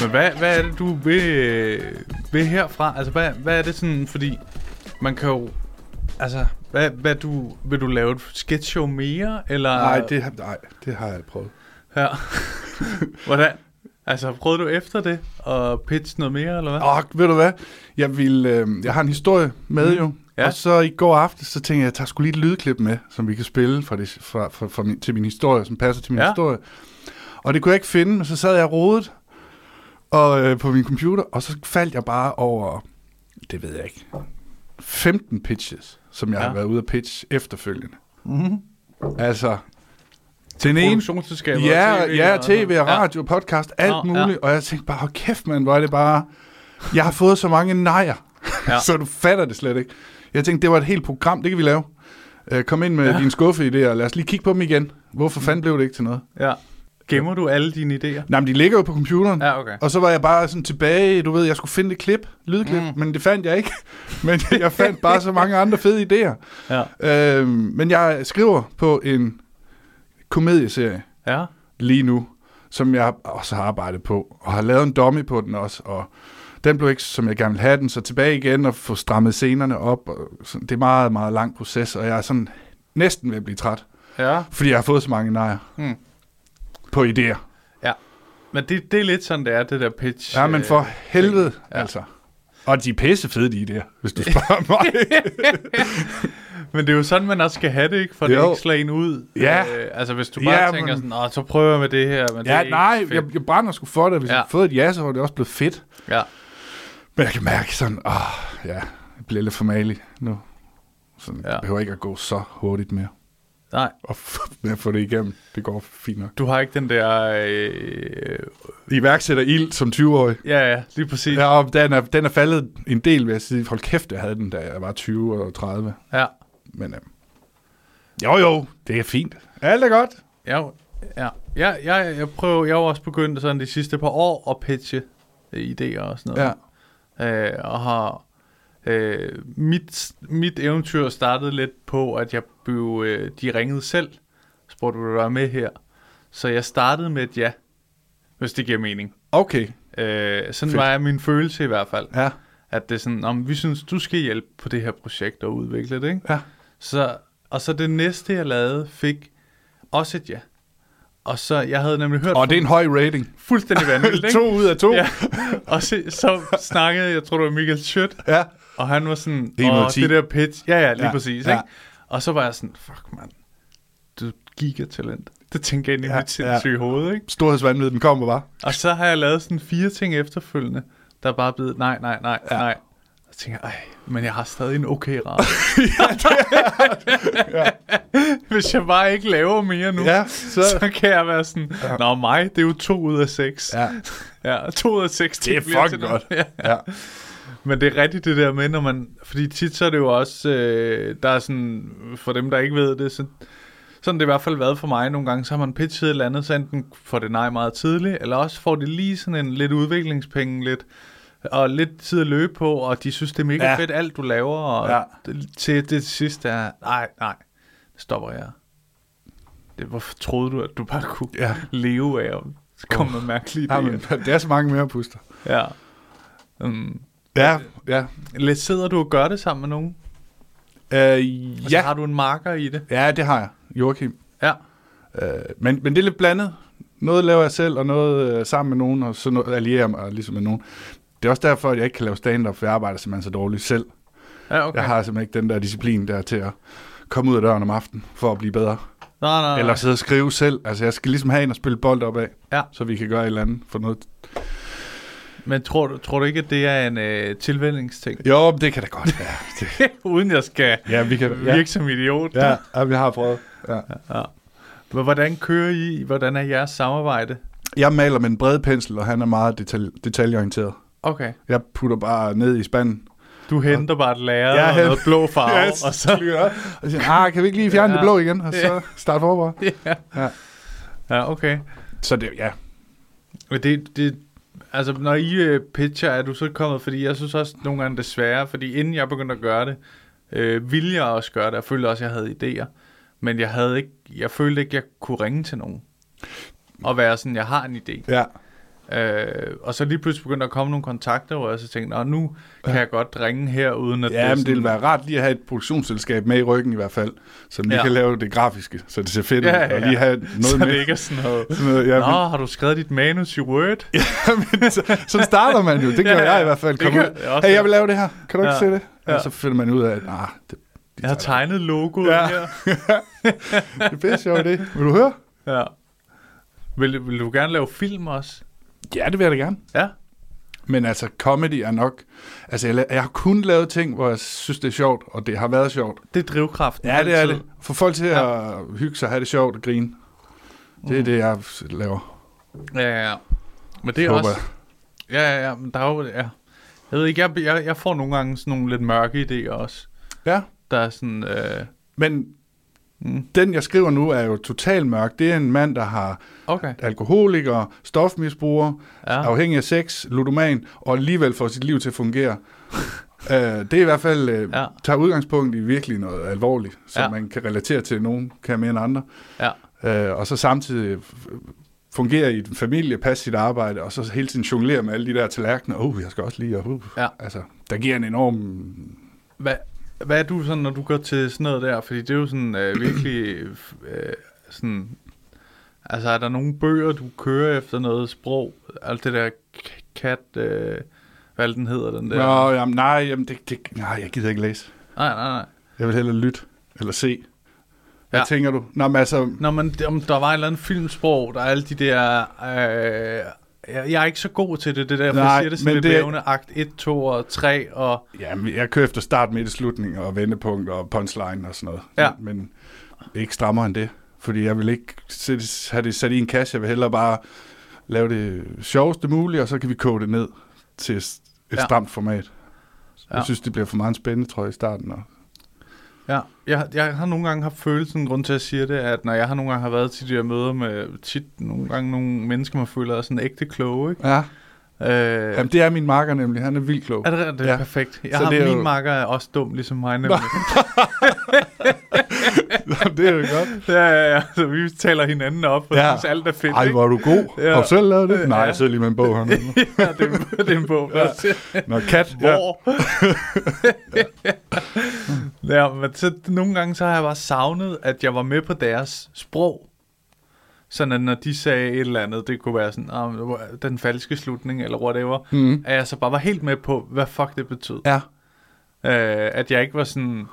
Men hvad, hvad er det, du vil, øh, vil herfra? Altså, hvad, hvad er det sådan, fordi man kan jo... Altså, hvad, hvad du, vil du lave et sketchshow mere, eller...
Nej, det, har- nej, det har jeg prøvet.
Ja. Hvordan? Altså, prøvede du efter det at pitche noget mere, eller hvad? Mm.
Og ved du hvad? Jeg, vil, øh, jeg har en historie med jo. Ja.
Ja.
Og så i går aften, så tænkte jeg, jeg tager sgu lige et lydklip med, som vi kan spille fra det, fra, fra, fra min, til min historie, som passer til min ja.
Ja.
historie. Og det kunne jeg ikke finde, men så sad jeg rodet og, øh, på min computer, og så faldt jeg bare over, det ved jeg ikke, 15 pitches, som jeg ja.
Ja. Mhm.
har været ude at pitch efterfølgende. Mm-hmm. Altså,
Den
ene-
Produktionsselskaber,
Ja,
TV,
ja,
og sådan
tv
noget.
og radio, ja. podcast, alt
Nå,
muligt.
ja.
Og jeg tænkte bare, hold kæft mand, hvor er det bare... Jeg har fået så mange nejer, ja.
Ja.
så du fatter det slet ikke. Jeg tænkte, det var et helt program, det kan vi lave. Øh, kom ind med ja. dine skuffeidéer, og lad os lige kigge på dem igen. Hvorfor fanden blev det ikke til noget?
Ja. ja. Gemmer du alle dine idéer?
Nej, men de ligger jo på computeren.
Ja, okay.
Og så var jeg bare sådan tilbage, du ved, jeg skulle finde et klip, lydklip, mm. men det fandt jeg ikke. Men jeg fandt bare så mange andre fede idéer.
Ja.
Øhm, men jeg skriver på en komedieserie
Ja.
lige nu, som jeg også har arbejdet på, og har lavet en dummy på den også, og den blev ikke, som jeg gerne ville have den, så tilbage igen og få strammet scenerne op. Og sådan, det er meget, meget lang proces, og jeg er sådan næsten ved at blive træt,
Ja.
fordi jeg har fået så mange nejer mm. på idéer.
Ja. Men det, det er lidt sådan, det er, det der pitch.
Ja, men
øh,
for helvede, ja. altså. Og de er pisse fede, de der, hvis du spørger mig.
Men det er jo sådan, man også skal have det, ikke? For det
Jo.
er ikke slår en ud.
Ja.
Øh, altså, hvis du bare
Ja,
tænker
men-
sådan, Åh, så prøver jeg med det her, men det er
ja,
ikke
nej,
fedt."
jeg, jeg brænder sgu for det. Hvis
Ja.
ja. jeg havde fået et ja, så var det også blevet fedt.
Ja.
Men jeg kan mærke sådan, åh, ja, jeg bliver lidt for malig nu. Så ja.
Ja.
jeg behøver ikke at gå så hurtigt mere.
Nej,
Og med at få det igennem, det går fint nok.
du har ikke den der... Øh,
Iværksætter ild som 20-årig.
ja, ja, lige præcis.
Ja, og den er, den er faldet en del, vil jeg sige. Hold kæft, jeg havde den, da jeg var 20 og 30.
ja.
Men øh, jo, jo, det er fint. Alt er godt.
Ja, ja. ja jeg, jeg, prøver, jeg har jo også begyndt sådan de sidste par år at pitche øh, idéer og sådan noget. Ja. Øh, og har øh, mit, mit eventyr startede lidt på, at jeg blev, øh, de ringede selv, spurgte, vil du være med her? Så jeg startede med et ja, hvis det giver mening.
Okay.
Øh, sådan
Fedt.
Fedt. var min følelse i hvert fald.
Ja.
At det er sådan, om vi synes, du skal hjælpe på det her projekt og udvikle det, ikke?
Ja.
Så, og så det næste, jeg lavede, fik også et ja. Og så, jeg havde nemlig hørt
Og det er en høj rating.
fuldstændig vanvittigt, ikke?
to ud af to.
Ja. Og så, så snakkede, jeg tror det var Michael Schødt,
Ja.
og han var sådan,
Det er
åh,
noget ti."
det der pitch, ja ja, lige
Ja,
ja, præcis,
ja.
ikke? Og så var jeg sådan, fuck mand, du er gigatalent. Det tænker jeg ind i
Ja,
mit sindssyge
ja.
hoved, ikke?
Storhedsvandvid, den kommer bare.
Og så har jeg lavet sådan fire ting efterfølgende, der er bare blevet nej, nej, nej, ja. nej. Og så tænker jeg, ej, men jeg har stadig en okay radio. Hvis jeg bare ikke laver mere nu,
Ja,
så...
så-
så kan jeg være sådan, nå mig, det er jo to ud af seks.
Ja.
ja to ud af seks.
Det er
bliver
fucking
til
godt.
noget. Ja.
Ja.
Men det er rigtigt det der med, når man... Fordi tit så er det jo også... Øh, der er sådan... For dem, der ikke ved det, så, sådan det i hvert fald været for mig nogle gange. Så har man pitchet et eller andet, så enten får det nej meget tidligt, eller også får det lige sådan en lidt udviklingspenge, lidt og lidt tid at løbe på, og de synes, det er mega
Ja.
ja. fedt, alt du laver, og
Ja.
ja. til det sidste er, nej, nej, det stopper jeg. Det, hvorfor troede du, at du bare kunne
Ja.
ja. leve af at komme med mærkelige
Ja, men,
idéer?
der er så mange mere puster.
Ja. Um,
Ja, ja.
lidt sidder du og gør det sammen med nogen?
Øh,
Og så
ja.
har du en marker i det?
ja, det har jeg. Joachim.
Ja.
Øh, men, men det er lidt blandet. Noget laver jeg selv, og noget øh, sammen med nogen, og så noget, allierer jeg mig ligesom med nogen. Det er også derfor, at jeg ikke kan lave stand-up, for jeg arbejder simpelthen så dårligt selv. Okay.
Ja, okay.
Jeg har simpelthen ikke den der disciplin der til at komme ud af døren om aftenen for at blive bedre.
Nej, nej, nej.
Eller sidde og skrive selv. Altså, jeg skal ligesom have en at spille bold op af,
Ja.
så vi kan gøre et eller andet for noget.
Men tror du, tror du ikke, at det er en øh, tilvændingsting?
Jo, men det kan da godt være. Det-
Uden jeg skal
ja, vi kan
virke som idiot.
Ja, ja, vi har prøvet. Ja.
Men hvordan kører I? Hvordan er jeres samarbejde?
Jeg maler med en bred pensel, og han er meget detal- detaljeorienteret.
Okay.
Jeg putter bare ned i spanden.
Du henter bare et lærer
Jeg
og
hen-
noget blå farve,
Yes,
og så...
Ja. Og siger, ah, kan vi ikke lige fjerne ja.
Ja.
det blå igen? Og så starte forfra.
Ja, okay.
Så det, ja.
Men det, det, altså, når I øh, pitcher, er du så kommet, fordi jeg synes også nogle gange det er sværere, fordi inden jeg begyndte at gøre det, øh, ville jeg også gøre det, og følte også, at jeg havde idéer, men jeg, havde ikke, jeg følte ikke, at jeg kunne ringe til nogen og være sådan, jeg har en idé.
Ja.
Øh, og så lige pludselig begyndte der at komme nogle kontakter, hvor jeg så tænkte, "Nå, nu kan jeg godt ringe her, uden at
Ja, men det
sådan-
ville være rart lige at have et produktionsselskab med i ryggen i hvert fald, som lige ja.
Ja.
kan lave det grafiske, så det ser fedt ud,
Ja, ja,
og lige have
ja.
noget
så
med.
det ikke er sådan noget.
Sådan noget, ja,
Nå,
men-
har du skrevet dit manus i Word?
Jamen, så, sådan starter man jo. Det gør
Ja, ja.
jeg i hvert fald.
Det
Kom ud.
gør jeg også.
Hey, jeg vil lave det her. Kan du ja.
Ja.
ikke se det? Ja.
Ja.
Og så finder man ud af, at nah, det,
Jeg har tegnet logoet
Ja.
ja. her.
det er bedst, sjovt det. Vil du høre?
Ja. Vil, vil du gerne lave film også?
Ja, det vil jeg da gerne.
Ja.
Men altså, comedy er nok... Altså, jeg, la- jeg har kun lavet ting, hvor jeg synes, det er sjovt, og det har været sjovt.
Det er drivkraften.
Ja, det er
altid.
det. Få folk til ja. Mm. at hygge sig, have det sjovt og grine. Det er det, jeg laver.
Ja, ja, ja. Men det er
Håber
også... Ja, ja, ja. Men der er jo... Ja. Jeg ved ikke, jeg, jeg, jeg får nogle gange sådan nogle lidt mørke idéer også.
Ja,
Der er sådan... Øh,
men mm. den, jeg skriver nu, er jo totalt mørk. Det er en mand, der har
okay.
alkoholiker, stofmisbruger, ja.
Ja.
afhængig af sex, ludoman, og alligevel får sit liv til at fungere. øh, det er i hvert fald, øh, ja.
Ja.
tager udgangspunkt i virkelig noget alvorligt, som ja.
Ja.
man kan relatere til, nogen kan mere end andre.
Ja.
Øh, og så samtidig f- fungerer i en familie, passe sit arbejde, og så hele tiden jonglere med alle de der tallerkener. Uh, jeg skal også lige... og, Uh.
Ja.
Altså, der giver en enorm...
Hvad, hvad er du sådan, når du går til sådan noget der? Fordi det er jo sådan øh, virkelig... Øh, sådan, altså, er der nogle bøger, du kører efter noget sprog? Alt det der k- kat... Øh, Hvad den hedder, den der?
Nå, jamen, nej, jamen, det, det, nej, jeg gider ikke læse.
Nej, nej, nej.
Jeg vil hellere lytte eller se. Hvad
Ja.
ja. tænker du? Nå, men altså,
Nå, men det- om der var et eller andet filmsprog, der er alle de der... Øh, jeg, jeg er ikke så god til det, det der, for
Nej,
jeg siger det sådan
men
lidt
det-
vævende. Akt 1, 2 og 3, og...
jamen, jeg kører efter start, midt, slutning og vendepunkt og punchline og sådan noget.
Ja.
Men ikke strammere end det. Fordi jeg vil ikke sætte, have det sat i en kasse. Jeg vil hellere bare lave det sjoveste muligt, og så kan vi koge det ned til et
Ja.
ja. stramt format.
Ja.
Jeg synes, det bliver for meget en spændende, tror jeg, i starten. Og
Ja, jeg, jeg har nogle gange haft følelsen, grund til at sige det, at når jeg har nogle gange har været til de der møder med tit nogle gange nogle mennesker, man føler er sådan ægte kloge, ikke?
Ja,
Øh,
Jamen, det er min marker nemlig. Han er vildt klog.
er det, det er ja.
ja.
perfekt. Jeg
Så
har,
det er
min
jo-
makker er også dum, ligesom mig nemlig.
det er jo godt.
ja, ja, ja, så vi taler hinanden op, og ja. synes alt er fedt,
Ej,
ikke?
hvor er du god.
Ja.
Ja. Har du selv lavet det? Nej,
Ja.
jeg sidder lige med en bog hernede.
ja, det er, det er en bog, der ja.
Nå, kat. Ja.
Hvor? Ja. ja, men så, nogle gange så har jeg bare savnet, at jeg var med på deres sprog. Sådan at når de sagde et eller andet, det kunne være sådan, oh, den falske slutning, eller whatever, mm. at jeg så bare var helt med på, hvad fuck det betød.
ja.
Øh, at jeg ikke var sådan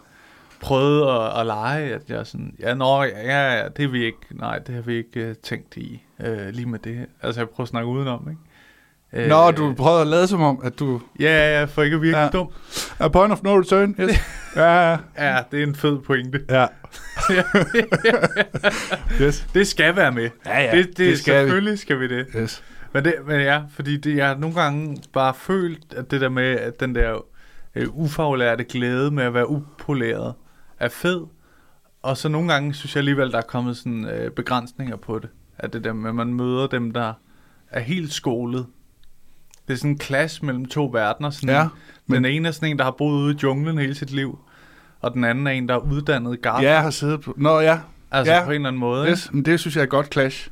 prøvede at, at lege, at jeg sådan, ja, nå, ja, ja, ja, det er vi ikke, nej, det har vi ikke uh, tænkt i, uh, lige med det. Altså, jeg prøver at snakke udenom, ikke? Øh,
Nå, du prøvede at lade som om, at du
Ja, ja, for ikke at virke ja.
Ja.
dum.
er point of no return. Yes. ja, ja.
Ja, det er en fed pointe.
ja. yes.
Det skal være med.
Ja, ja,
Det, det, det
det
skal
skal vi.
selvfølgelig skal vi det.
Yes.
Men, det, men ja, fordi det, jeg har nogle gange bare følt, at det der med, at den der øh, ufaglærte glæde med at være upoleret, er fed. Og så nogle gange synes jeg alligevel, der er kommet sådan øh, begrænsninger på det. At det der med, at man møder dem, der er helt skolet. Det er sådan en klasse mellem to verdener. Sådan,
Ja,
men... Den ene er sådan en, der har boet ude i junglen hele sit liv. Og den anden er en, der er uddannet gartner.
Ja, jeg har siddet på... Nå, ja.
Altså
ja.
på en eller anden måde. ikke?
Yes, men det synes jeg er et godt clash.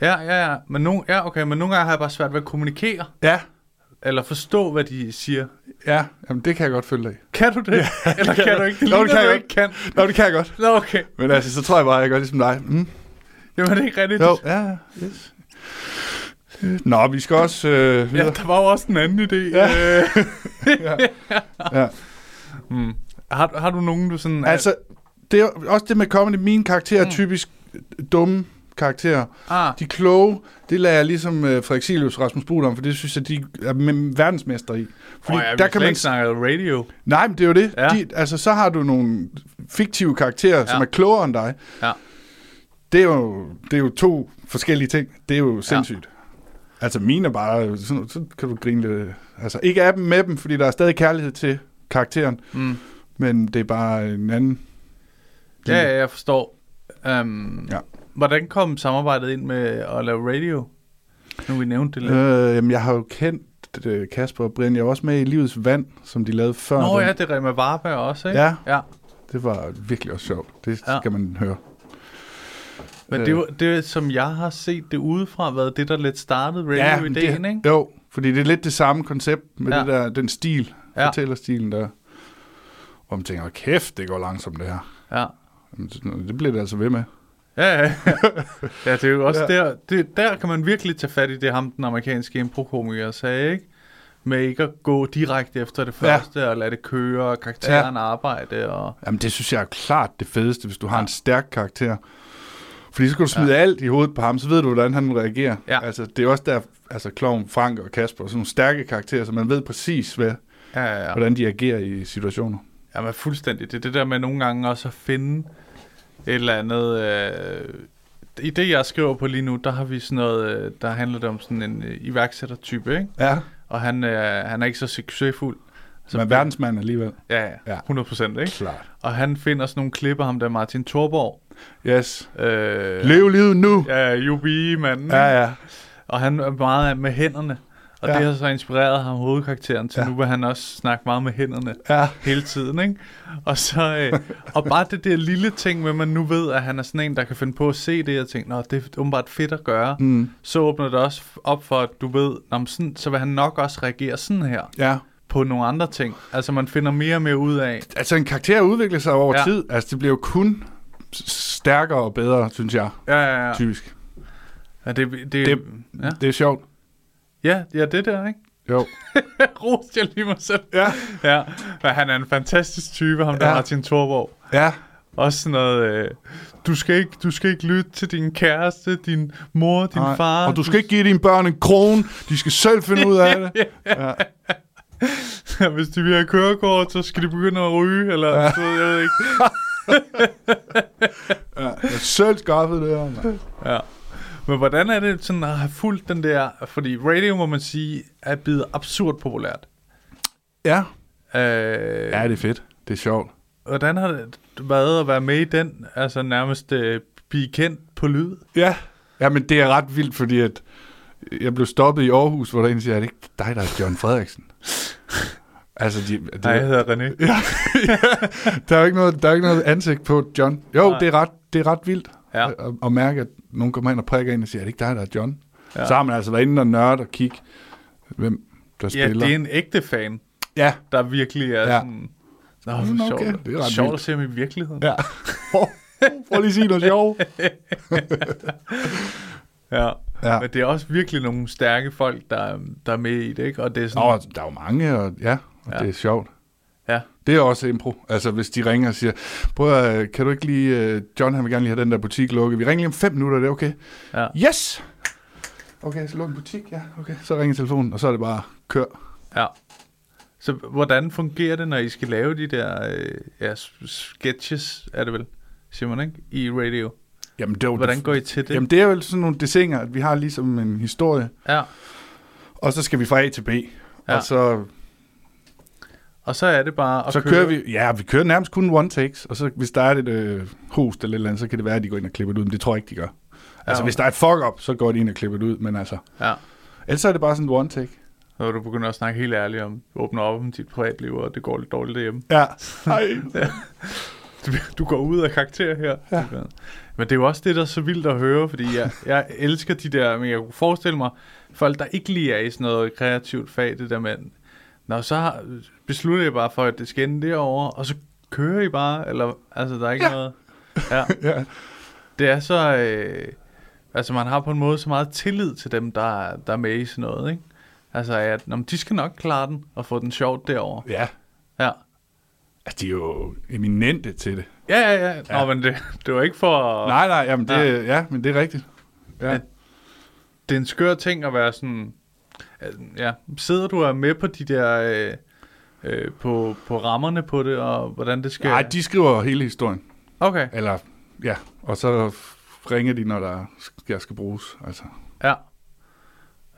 Ja, ja, ja. Men, no, ja okay, men nogle gange har jeg bare svært ved at kommunikere,
Ja,
eller forstå, hvad de siger.
ja. Jamen, det kan jeg godt følge dig i.
Kan du det? Ja, eller kan du ikke? Det ligner,
Nå, det kan
du
jeg
ikke kan.
godt. Nå, det kan jeg godt.
Nå, okay.
Men altså, så tror jeg bare, at jeg gør ligesom dig. Mm.
Jamen, det er ikke rigtigt.
Jo, ja, ja. Yes. Nå, vi skal også øh,
Ja,
videre.
der var jo også en anden idé. Ja. Øh,
Ja. Ja.
Hmm. har, har du nogen, du sådan...
Altså, det er jo også det med comedy. Mine karakterer er typisk øh, dumme karakterer.
Ah.
De kloge, det lader jeg ligesom øh, Frederik Silius og Rasmus Brud om, for det synes jeg, de er me- verdensmester i.
Fordi oh, ja, der kan man ikke snakke radio.
Nej, men det er jo det.
Ja.
Ja. De, altså, så har du nogle fiktive karakterer, ja. som er klogere end dig.
Ja.
Det er, jo, det er jo to forskellige ting. Det er jo sindssygt. Ja. Altså, mine er bare... Sådan, så kan du grine lidt. Altså, ikke af dem med dem, fordi der er stadig kærlighed til karakteren. Mm. Men det er bare en anden...
Ja, ja, jeg forstår. Um,
Ja.
Hvordan kom samarbejdet ind med at lave radio? Nu vi nævnte det lidt.
Øh, jamen, jeg har jo kendt øh, Kasper og Brian. Jeg var også med i Livets Vand, som de lavede før.
Nå
den.
ja, det er Rema Varberg også, ikke?
Ja.
ja.
Det var virkelig også sjovt. Det
Ja.
ja. skal man høre.
Men det, var-
Øh.
det, som jeg har set det udefra, været det, der lidt startede
men
radio-ideen,
det,
ikke?
Jo, fordi det er lidt det samme koncept med
Ja.
ja. det der, den stil,
Ja.
ja. fortællerstilen der. Hvor man tænker, kæft, det går langsomt det her.
Ja.
Jamen, det- det bliver det altså ved med.
Ja, ja. ja, det er jo også ja. der, det, der kan man virkelig tage fat i det, ham den amerikanske improkomiker sagde, ikke? Med ikke at gå direkte efter det
Ja.
første, og lade det køre, og karakteren ja. arbejde, og...
Jamen, det synes jeg er klart det fedeste, hvis du har ja. en stærk karakter. Fordi så kan du smide ja. alt i hovedet på ham, så ved du, hvordan han reagerer.
Ja.
Altså, det er også der, altså Klovn, Frank og Kasper, sådan nogle stærke karakterer, så man ved præcis, hvad,
Ja, ja, ja.
hvordan de agerer i situationer.
Jamen, fuldstændig. Det er det der med nogle gange også at finde et eller andet... Øh, I det, jeg skriver på lige nu, der har vi sådan noget... øh, Der handler det om sådan en øh, iværksættertype, ikke?
Ja.
Og han, øh, han er ikke så succesfuld. Så
Men verdensmand alligevel.
Ja, ja,
Ja.
100 procent, ikke?
Klart.
Og han finder sådan nogle klipper, ham der Martin Thorborg.
Yes.
Øh,
Lev livet nu! Ja,
Ja, Yubi, manden.
ja. ja.
Og han er meget med hænderne. Og ja.
Ja.
det har så inspireret ham hovedkarakteren til, ja.
Ja.
nu vil han også snakke meget med hænderne
Ja.
hele tiden, ikke? Og, så, øh, og bare det der lille ting med, at man nu ved, at han er sådan en, der kan finde på at se det, og tænke, nå, det er åbenbart fedt at gøre. Mm. Så åbner det også op for, at du ved, nå, men sådan, så vil han nok også reagere sådan her
ja.
på nogle andre ting. Altså man finder mere og mere ud af,
Altså, en karakter udvikler sig over
Ja.
ja. tid. Altså, det bliver jo kun s- stærkere og bedre, synes jeg,
ja, ja, ja.
typisk.
ja det, det,
Det,
ja.
det er sjovt.
Ja, ja, det der, ikke?
Jo.
Roste jeg lige mig selv.
Ja.
ja. Men han er en fantastisk type, ham der
Ja.
Martin Thorborg.
Ja.
Også sådan noget, øh, du, skal ikke, du skal ikke lytte til din kæreste, din mor, din
Nej.
far.
Og du skal ikke give dine børn en krone. De skal selv finde ud af det.
Ja, hvis de vil have kørekort, så skal de begynde at ryge, eller ja. så, jeg ved ikke.
Jeg har selv skaffet det her. mand.
Men hvordan er det sådan at have fulgt den der, fordi radio, må man sige, er blevet absurd populært.
Ja.
Øh,
Ja, det er fedt. Det er sjovt.
Hvordan har det været at være med i den, altså nærmest øh, blive kendt på lyd?
Ja. Ja, men det er ret vildt, fordi at jeg blev stoppet i Aarhus, hvor der en siger, er det ikke dig, der er John Frederiksen? altså, de, de,
Nej, jeg hedder René. Ja.
der er jo ikke noget, der er jo ikke noget ansigt på John. Jo, det er ret, det er ret vildt
Ja.
at, at, mærke, at nogen kommer hen og prikker ind og siger, er det ikke dig, der er John? Ja. Så har man altså været inde og nørde og kigge, hvem der
ja,
spiller.
det er en ægte fan,
Ja,
der virkelig er
Ja.
ja. sådan... Nå,
Mm,
hvor
okay,
sjovt.
det er ret
sjovt
vildt.
at se ham i virkeligheden.
ja. Prøv lige at sige noget sjovt.
Ja.
Ja.
ja. Men det er også virkelig nogle stærke folk, der, der er med i det, ikke? Og det er sådan...
Nå, altså, der er jo mange, og ja, og ja. det er sjovt.
Ja.
Det er også impro. Altså, hvis de ringer og siger, prøv at, øh, kan du ikke lige, øh, John han vil gerne lige have den der butik lukket. Vi ringer lige om fem minutter, er det okay?
Ja.
Yes! Okay, så luk en butik, ja, okay. Så ringer telefonen, og så er det bare, kør.
Ja. Så hvordan fungerer det, når I skal lave de der øh, ja, s- sketches, er det vel, siger man ikke, i radio?
Jamen, det er jo
Hvordan går I til det?
Jamen, det er jo sådan nogle desinger, at vi har ligesom en historie,
Ja.
og så skal vi fra A til B. Ja.
Ja.
Og så,
Og så er det bare at
så
køre.
kører vi, ja, vi kører nærmest kun one takes, og så hvis der er et øh, host eller et eller andet, så kan det være, at de går ind og klipper det ud, men det tror jeg ikke, de gør. Altså,
okay.
hvis der er et fuck-up, så går de ind og klipper det ud, men altså,
Ja.
ellers så er det bare sådan et one take.
Når du begynder at snakke helt ærligt om, åbner op om dit privatliv, og det går lidt dårligt derhjemme.
Ja. Ej.
Du, du går ud af karakter her. Ja. Men det er jo også det, der er så vildt at høre, fordi jeg, jeg elsker de der, men jeg kunne forestille mig, folk, der ikke lige er i sådan noget kreativt fag, det der med, når så har- beslutter jeg bare for, at det skal ende derovre, og så kører I bare, eller, altså, der er ikke ja. noget. Ja.
ja.
Det er så, øh, altså, man har på en måde så meget tillid til dem, der, er- der er med i sådan noget, ikke? Altså, at, om de skal nok klare den, og få den sjovt derovre.
Ja.
Ja.
Altså, de er jo eminente til det.
Ja, ja, ja. Nå, men det, det var ikke for...
Nej, nej, jamen det, ja. ja, men det er rigtigt. Ja.
Ja. det er en skør ting at være sådan... øh, Ja, sidder du og er med på de der... Øh, øh, på, på rammerne på det, og hvordan det skal...
Nej, de skriver hele historien.
Okay,
Eller, ja, og så ringer de, når der skal, skal bruges. Altså.
ja.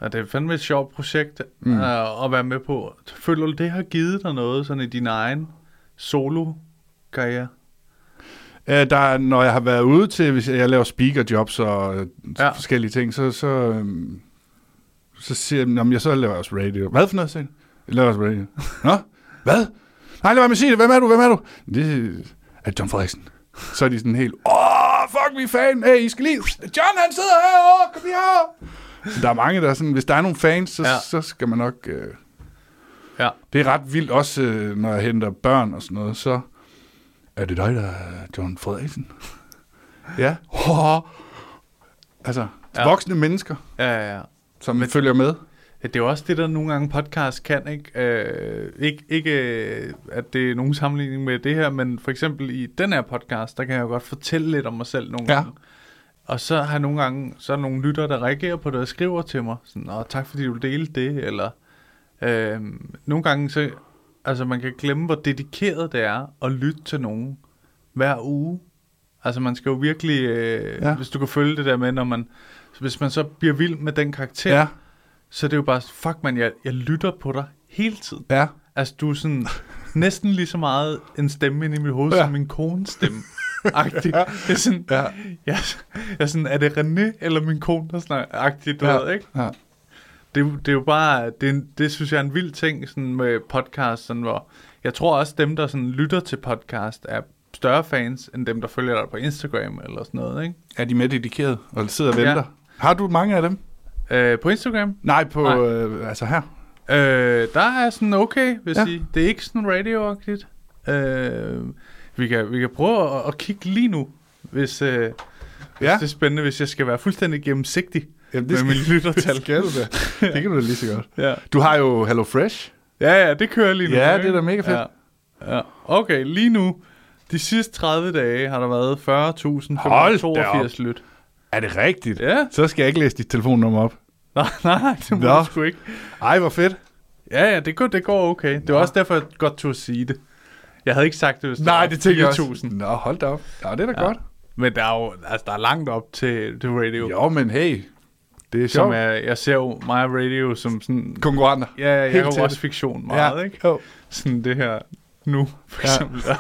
Ja, det er fandme et sjovt projekt mm. øh, at være med på. Føler du, det har givet dig noget sådan i din egen solo-karriere?
Øh, Der, er- når jeg har været ude til, hvis jeg, jeg laver speakerjobs og øh,
Ja.
forskellige ting, så, så, øhm, så siger jeg, "Nå, men jeg så laver jeg også radio. Hvad for noget, sagde du? Jeg laver også radio. Nå, hvad? Nej, lad mig sige det. Hvem er du? Hvem er du? Det er John Frederiksen. Så er de sådan helt, åh, fuck, vi er fan. Hey, I skal lige, John han sidder herovre, kom lige herovre. Så der er mange, der er sådan, hvis der er nogle fans, så, ja.
Ja.
så skal man nok... Øh,
Ja.
det er ret vildt også, øh, når jeg henter børn og sådan noget, så er det dig, der er John Frederiksen? ja. altså, ja. voksne mennesker,
Ja, ja, ja.
som Men... følger med.
Ja, Det er jo også det, der nogle gange podcast kan, ikke? Øh, ikke, ikke øh, at det er nogen sammenligning med det her, men for eksempel i den her podcast, der kan jeg jo godt fortælle lidt om mig selv nogle
Ja.
gange. Og så har jeg nogle gange, så er der nogle lytter, der reagerer på det og skriver til mig, sådan, Nå, tak fordi du delte det, eller øh, nogle gange så, altså man kan glemme, hvor dedikeret det er at lytte til nogen hver uge. Altså man skal jo virkelig, øh,
Ja.
ja. hvis du kan følge det der med, når man, hvis man så bliver vild med den karakter,
Ja.
så det er jo bare, fuck man, jeg, jeg lytter på dig hele tiden.
Ja.
Altså, du er sådan næsten lige så meget en stemme inde i mit hoved,
Ja.
ja. som min kones stemme. Agtigt. Ja. Jeg er sådan, ja. jeg, jeg er sådan, er det René eller min kone, der snakker? Agtigt, du ja. ved, ikke?
Ja.
Det, det er jo bare, det, er en- det synes jeg er en vild ting sådan med podcast, sådan, hvor jeg tror også dem, der sådan lytter til podcast, er større fans, end dem, der følger dig på Instagram eller sådan noget, ikke?
Er de med dedikeret og sidder og
Ja.
venter? Har du mange af dem?
Øh, på Instagram,
Nej, på,
Nej.
Øh, altså her.
Øh, der er sådan okay, vil
Ja.
jeg sige. Det er ikke sådan radioagtigt. Øh, vi, kan, vi kan prøve at, at kigge lige nu, hvis, øh, hvis
Ja.
det er spændende, hvis jeg skal være fuldstændig gennemsigtig.
Jamen,
med min lyttertal.
Skal du da? Det kan du da lige så godt.
Ja.
Du har jo Hello Fresh.
Ja, ja, det kører lige nu.
Ja,
ikke?
det er da mega fedt.
Ja. Ja. Okay, lige nu, de sidste 30 dage, har der været
Hold
40.582 lyt.
Er det rigtigt?
Ja.
Så skal jeg ikke læse dit telefonnummer op.
Nej, nej, det må
Nå.
du sgu ikke.
Ej, hvor fedt.
Ja, ja, det går, det går okay. Det var også derfor, jeg godt tog at sige det. Jeg havde ikke sagt det, hvis var 4.000.
Nå, hold da op. Ja, det er da ja. godt.
Men der er jo altså, der er langt op til, til radio,
Jo, men hey. Det er sjovt.
som er, jeg ser jo mig og radio som sådan...
konkurrenter.
Ja, jeg
Helt
Helt
tæt.
også fiktion meget,
Ja,
ikke?
jo.
Sådan det her nu, for eksempel. Ja.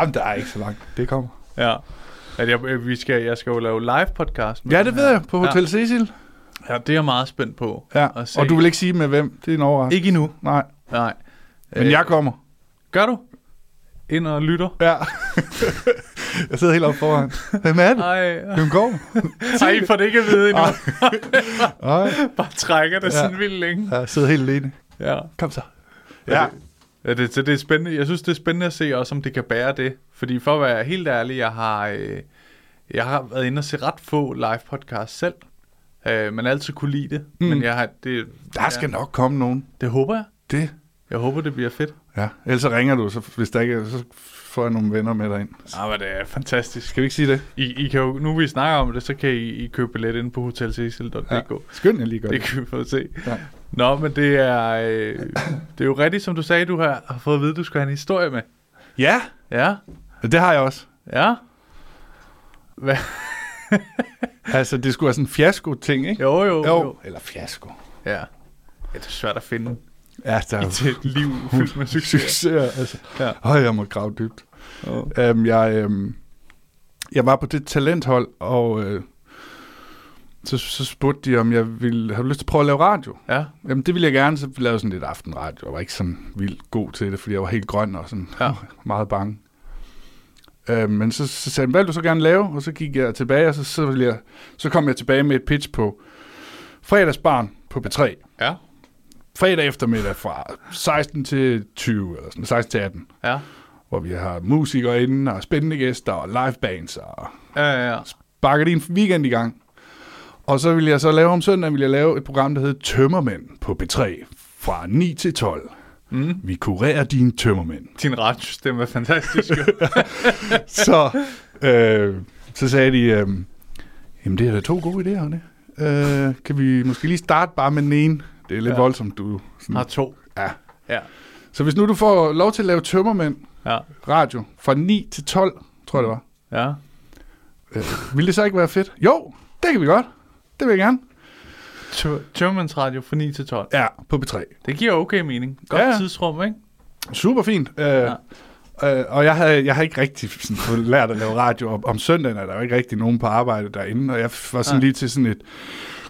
Jamen, der er ikke så langt. Det kommer.
ja. At jeg, øh, vi skal, jeg skal jo lave live podcast. med
Ja,
den
det
her.
ved jeg. På Hotel Cecil.
Ja, det er jeg meget spændt på.
Ja.
at se.
Og du vil ikke sige med hvem. Det er en overraskelse.
Ikke Øh. endnu.
Nej.
Nej.
Men jeg kommer.
Gør du? Ind og lytter.
Ja. jeg sidder helt oppe foran. Hvem er det?
Ej,
Hvem går?
Ej, I får det ikke at vide endnu.
Nej.
Bare trækker det ja. sådan vildt længe.
Jeg sidder helt alene.
Ja.
Kom så.
Ja. ja det, så det er spændende. Jeg synes, det er spændende at se også, om det kan bære det. Fordi for at være helt ærlig, jeg har, øh, jeg har været inde og se ret få live podcasts selv. Øh, man altid kunne lide det. Mm. Men jeg har, det,
Der skal nok komme nogen.
det håber jeg.
Det.
Jeg håber, det bliver fedt.
Ja. Ellers så ringer du, så hvis der ikke er, så får jeg nogle venner med dig ind.
Ah, men det er fantastisk.
Kan vi ikke sige det?
I, I kan jo, nu vi snakker om det, så kan I, I købe billet inde på hotelcecil.dk. Ja.
Skynd jer lige godt.
Det kan vi få se.
Ja.
Ja. Nå, men det er, øh, det er jo rigtigt, som du sagde, du har, har fået at vide, at du skal have en historie med.
Ja,
Ja,
det har jeg også.
ja.
Altså, det skulle være sådan en fiasko-ting, ikke?
Jo, jo, jo. jo.
Eller fiasko.
Ja. ja. Det er svært at finde
Ja, der er
til et liv fyldt med succes.
succes. Altså.
Ja.
Øj, jeg må grave dybt.
Åh.
Øhm, jeg, øhm, jeg var på det talenthold, og øh, så, så spurgte de, om jeg ville have lyst til at prøve at lave radio.
Ja,
Jamen, det ville jeg gerne, så vi lavede sådan lidt aftenradio. Jeg var ikke sådan vildt god til det, fordi jeg var helt grøn og sådan ja.
Ja.
meget bange. Øh, men så, så sagde han, hvad vil du så gerne lave? Og så gik jeg tilbage, og så, så, ville jeg, så kom jeg tilbage med et pitch på fredagsbarn på P3.
ja,
Fredag eftermiddag fra 16 til 20, eller sådan 16 til 18,
ja.
hvor vi har musikere inde, og spændende gæster, og live bands, og
Ja, ja, ja.
bakker din weekend i gang. Og så vil jeg så lave om søndagen, vil jeg lave et program, der hedder Tømmermænd på B3 fra 9 til 12. Mm. Vi kurerer dine tømmermænd.
Din radiostemme er fantastisk. jo.
så, øh, så sagde de, øh, jamen det er da to gode idéer, Arne. Øh, kan vi måske lige starte bare med den ene? Det er lidt ja. voldsomt, du... Sådan,
har to.
ja.
Ja,
Så hvis nu du får lov til at lave tømmermænd
ja,
radio fra 9 til 12, tror jeg det var,
ja.
øh, ville det så ikke være fedt? Jo, det kan vi godt. Det vil jeg gerne.
Tømmermans Radio fra 9 til 12.
Ja, på B3.
Det giver okay mening. Godt
Ja, ja.
ja. tidsrum, ikke?
Super fint. Øh, ja. øh, og jeg havde, jeg havde ikke rigtig sådan, fået lært at lave radio. Om, om søndagen er der jo ikke rigtig nogen på arbejde derinde, og jeg var sådan lige til sådan et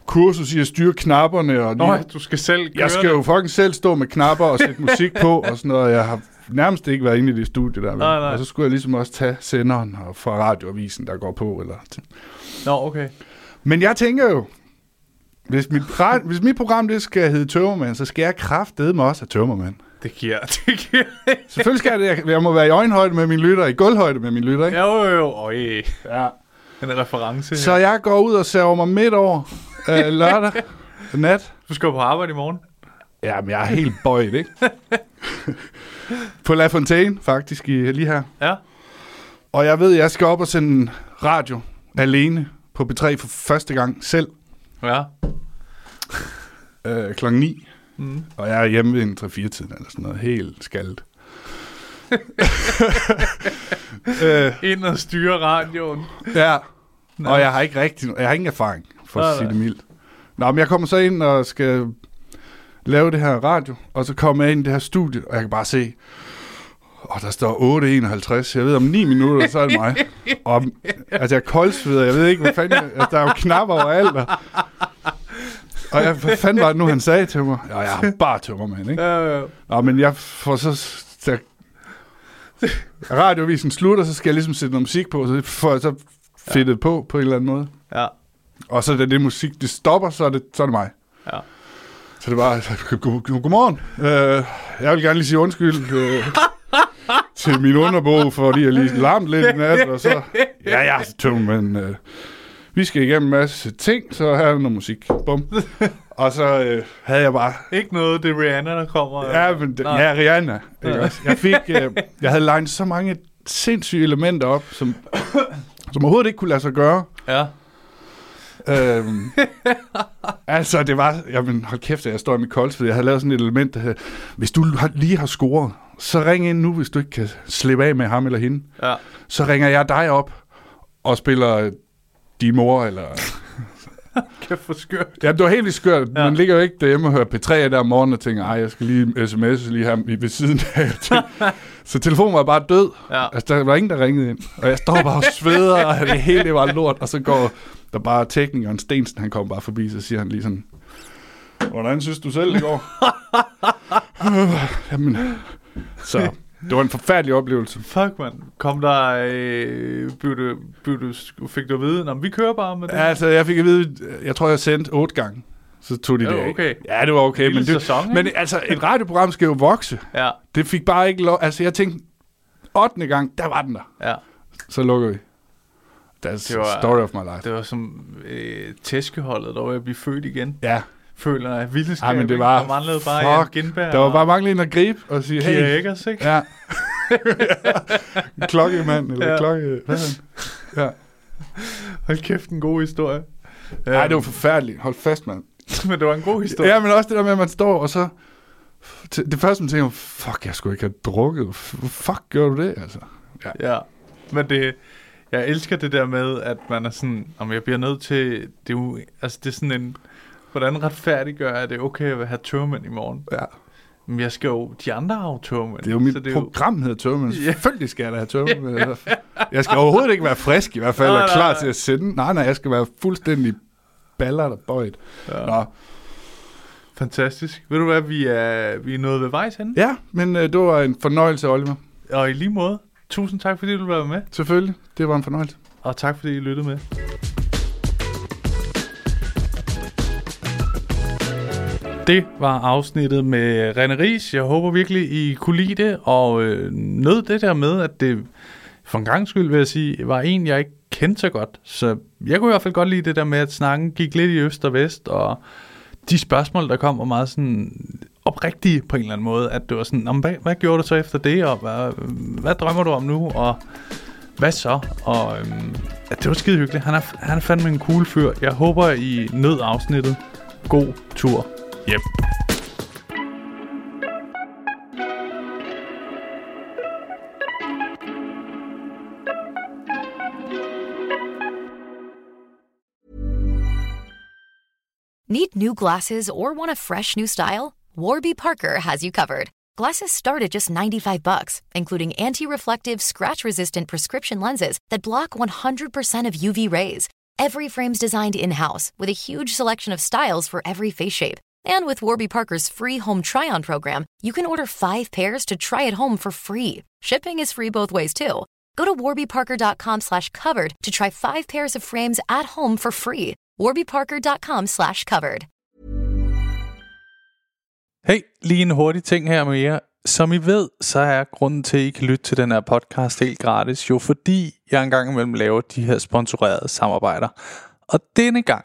kursus i at styre knapperne. Og lige,
Nå, ja, du skal selv køre
jeg skal
det.
jo fucking selv stå med knapper og sætte musik på og sådan noget. Jeg har nærmest ikke været inde i det studie der. vel?
Nej, nej.
Og så skulle jeg ligesom også tage senderen og fra radioavisen, der går på. Eller
Nå, okay.
Men jeg tænker jo, hvis mit, ra- hvis mit program det skal hedde Tømmermand, så skal jeg kraftedeme også have Tømmermand.
Det giver, det giver.
Selvfølgelig skal jeg det. Jeg- Jeg må være i øjenhøjde med min lytter, i gulvhøjde med min lytter, ikke?
Jo, jo, jo. Øj.
Ja.
En reference.
Så
her.
jeg går ud og saver mig midt over øh, lørdag nat.
Du skal jo på arbejde i morgen.
Jamen, jeg er helt bøjet, ikke? På La Fontaine, faktisk, i, lige her.
Ja.
Og jeg ved, jeg skal op og sende radio alene på B3 for første gang selv
Ja.
øh, klokken 9. Mm. Og jeg er hjemme ved en 3-4-tiden eller sådan noget. Helt skaldet. øh,
Ind og styre radioen.
Ja, og jeg har ikke rigtig, jeg har ingen erfaring, for at
Nej,
sige
nej.
det mildt. Nå, men jeg kommer så ind og skal lave det her radio, og så kommer jeg ind i det her studie, og jeg kan bare se, og der står 8.51, jeg ved om 9 minutter, så er det mig. Og, altså, jeg koldsveder, jeg ved ikke, hvad fanden, jeg, altså, der er jo knapper overalt. Og, og jeg, hvad fanden var det nu, han sagde til mig? Ja, jeg har bare tømmermand, ikke?
Øh,
Nå, men jeg får så... Der, radiovisen slutter, så skal jeg ligesom sætte noget musik på, så får jeg så fedtet ja. på på en eller anden måde.
ja.
Og så da det musik, det stopper, så er det, så er det mig.
Ja.
Så det var, god- god- godmorgen. Øh, jeg vil gerne lige sige undskyld øh, til min underbo, fordi jeg lige larmede lidt i nat, og så... Ja, jeg er tømmermand. Øh, vi skal igennem en masse ting, så her er noget musik. Bum. og så øh, havde jeg bare...
Ikke noget, det er Rihanna, der kommer.
Ja, men, det-
Nej.
ja Rihanna. Ikke også? Jeg, fik, øh, jeg havde legnet så mange sindssyge elementer op, som, som overhovedet ikke kunne lade sig gøre.
ja.
Øhm, altså, det var... Jamen, hold kæft, jeg står i mit koldsved. Jeg havde lavet sådan et element, der hedder, hvis du har- lige har scoret, så ring ind nu, hvis du ikke kan slippe af med ham eller hende.
ja.
Så ringer jeg dig op og spiller øh, din mor, eller...
Kæft for skørt.
Ja, det var helt vildt skørt. Ja.
Ja.
Man ligger jo ikke derhjemme og hører P3 der om morgenen og tænker, ej, jeg skal lige sms lige her i- ved siden af. så telefonen var bare død.
Ja.
Altså, der var ingen, der ringede ind. Og jeg står bare og sveder, og det hele det var lort. Og så går der bare teknikeren Stensen, han kommer bare forbi, så siger han lige sådan, hvordan synes du selv det går? Øh, Jamen, så det var en forfærdelig oplevelse.
Fuck, mand. Kom der... Øh, blev du, blev du, fik du at vide, om vi kører bare med det?
Altså, jeg fik at vide, jeg tror, jeg sendte otte gange. Så tog de
Det
det
var
af.
okay.
Ja, det var okay.
Lille
Men, det,
sæson, ikke?
men altså, et radioprogram skal jo vokse.
Ja,
Det fik bare ikke lov. Altså, jeg tænkte, 8. gang, der var den der.
ja.
Så lukker vi. That's
Det
det
var-
var, story of my life.
Det var som øh, tæskeholdet, der var ved at blive født igen.
ja,
Føler jeg vildeskab.
Ej, men
ikke?
det var...
Der manglede bare Jan Gindberg.
Der var bare mange en at gribe og sige,
Hey. Kira
hey.
Eggers, ikke?
Ja. klokkemand, eller
Ja.
ja. klokke... Hvad er han? ja.
Hold kæft, en god historie.
Ej, det var
Øhm,
forfærdeligt. Hold fast, mand.
Men det var en god historie.
Ja, men også det der med, at man står, og så... t- Det første, man tænker, fuck, jeg skulle ikke have drukket. F- Fuck, gjorde du det, altså? Ja.
Ja, men det, jeg elsker det der med, at man er sådan, om jeg bliver nødt til, det er jo, altså det er sådan en, hvordan retfærdiggør jeg, at det er okay at have tørmænd i morgen?
ja.
Men jeg skal jo, de andre har jo tørmænd.
Det er jo mit
så
det
det
program, hedder Tømmermænd. Selvfølgelig skal jeg da have Tømmermænd. Jeg skal overhovedet ikke være frisk i hvert fald,
Nej,
og
nej,
klar
nej.
til at sende. Nej, nej, jeg skal være fuldstændig baller og bøjet. Ja. Nå.
Jo fantastisk. Ved du hvad, vi er, vi er nået ved vejs henne.
ja, men øh, det var en fornøjelse, Oliver.
Og i lige måde, tusind tak fordi du var med,
Selvfølgelig, det var en fornøjelse.
og tak fordi I lyttede med. Det var afsnittet med René Ries. Jeg håber virkelig, I kunne lide det, og øh, nød det der med, at det for en gang skyld, vil jeg sige, var en, jeg ikke kendte så godt. Så jeg kunne i hvert fald godt lide det der med, at snakken gik lidt i øst og vest, og de spørgsmål, der kom, var meget sådan oprigtige på en eller anden måde, at det var sådan, "Nå, men hvad, hvad gjorde du så efter det, og hvad, hvad drømmer du om nu, og hvad så? Og øhm, ja, det var skide hyggeligt. Han er, han er fandme en cool fyr. Jeg håber, I nød afsnittet. God tur. Yep.
Need new glasses or want a fresh new style? Warby Parker has you covered. Glasses start at just 95 bucks, including anti-reflective, scratch-resistant prescription lenses that block 100% of UV rays. Every frame's designed in-house with a huge selection of styles for every face shape. And with Warby Parker's free home try-on program, you can order 5 pairs to try at home for free. Shipping is free both ways too. Go to warbyparker.com slash covered to try 5 pairs of frames at home for free. warbyparker.com slash covered.
Hey, lige en hurtig ting her med jer. Som I ved, så er grunden til, at I kan lytte til den her podcast helt gratis, jo fordi jeg engang imellem laver de her sponsorerede samarbejder. Og denne gang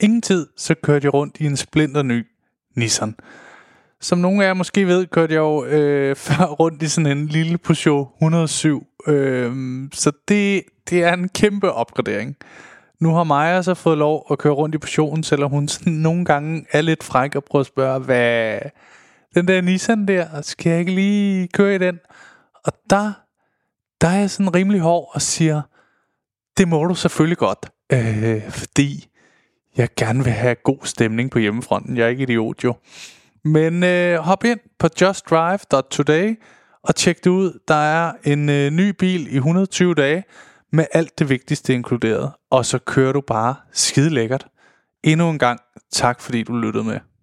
ingen tid, så kørte jeg rundt i en splinter ny Nissan. Som nogle af jer måske ved, kørte jeg jo øh, før rundt i sådan en lille Peugeot 107. Øh, så det, det er en kæmpe opgradering. Nu har Maja så fået lov at køre rundt i Peugeoten, selvom hun sådan nogle gange er lidt fræk og prøver at spørge, hvad den der Nissan der, skal jeg ikke lige køre i den? Og der, der er jeg sådan rimelig hård og siger, det må du selvfølgelig godt, øh, fordi jeg gerne vil have god stemning på hjemmefronten. Jeg er ikke idiot jo. Men øh, hop ind på justdrive.today og tjek det ud. Der er en øh, ny bil i 120 dage med alt det vigtigste inkluderet. Og så kører du bare skide lækkert endnu en gang tak, fordi du lyttede med.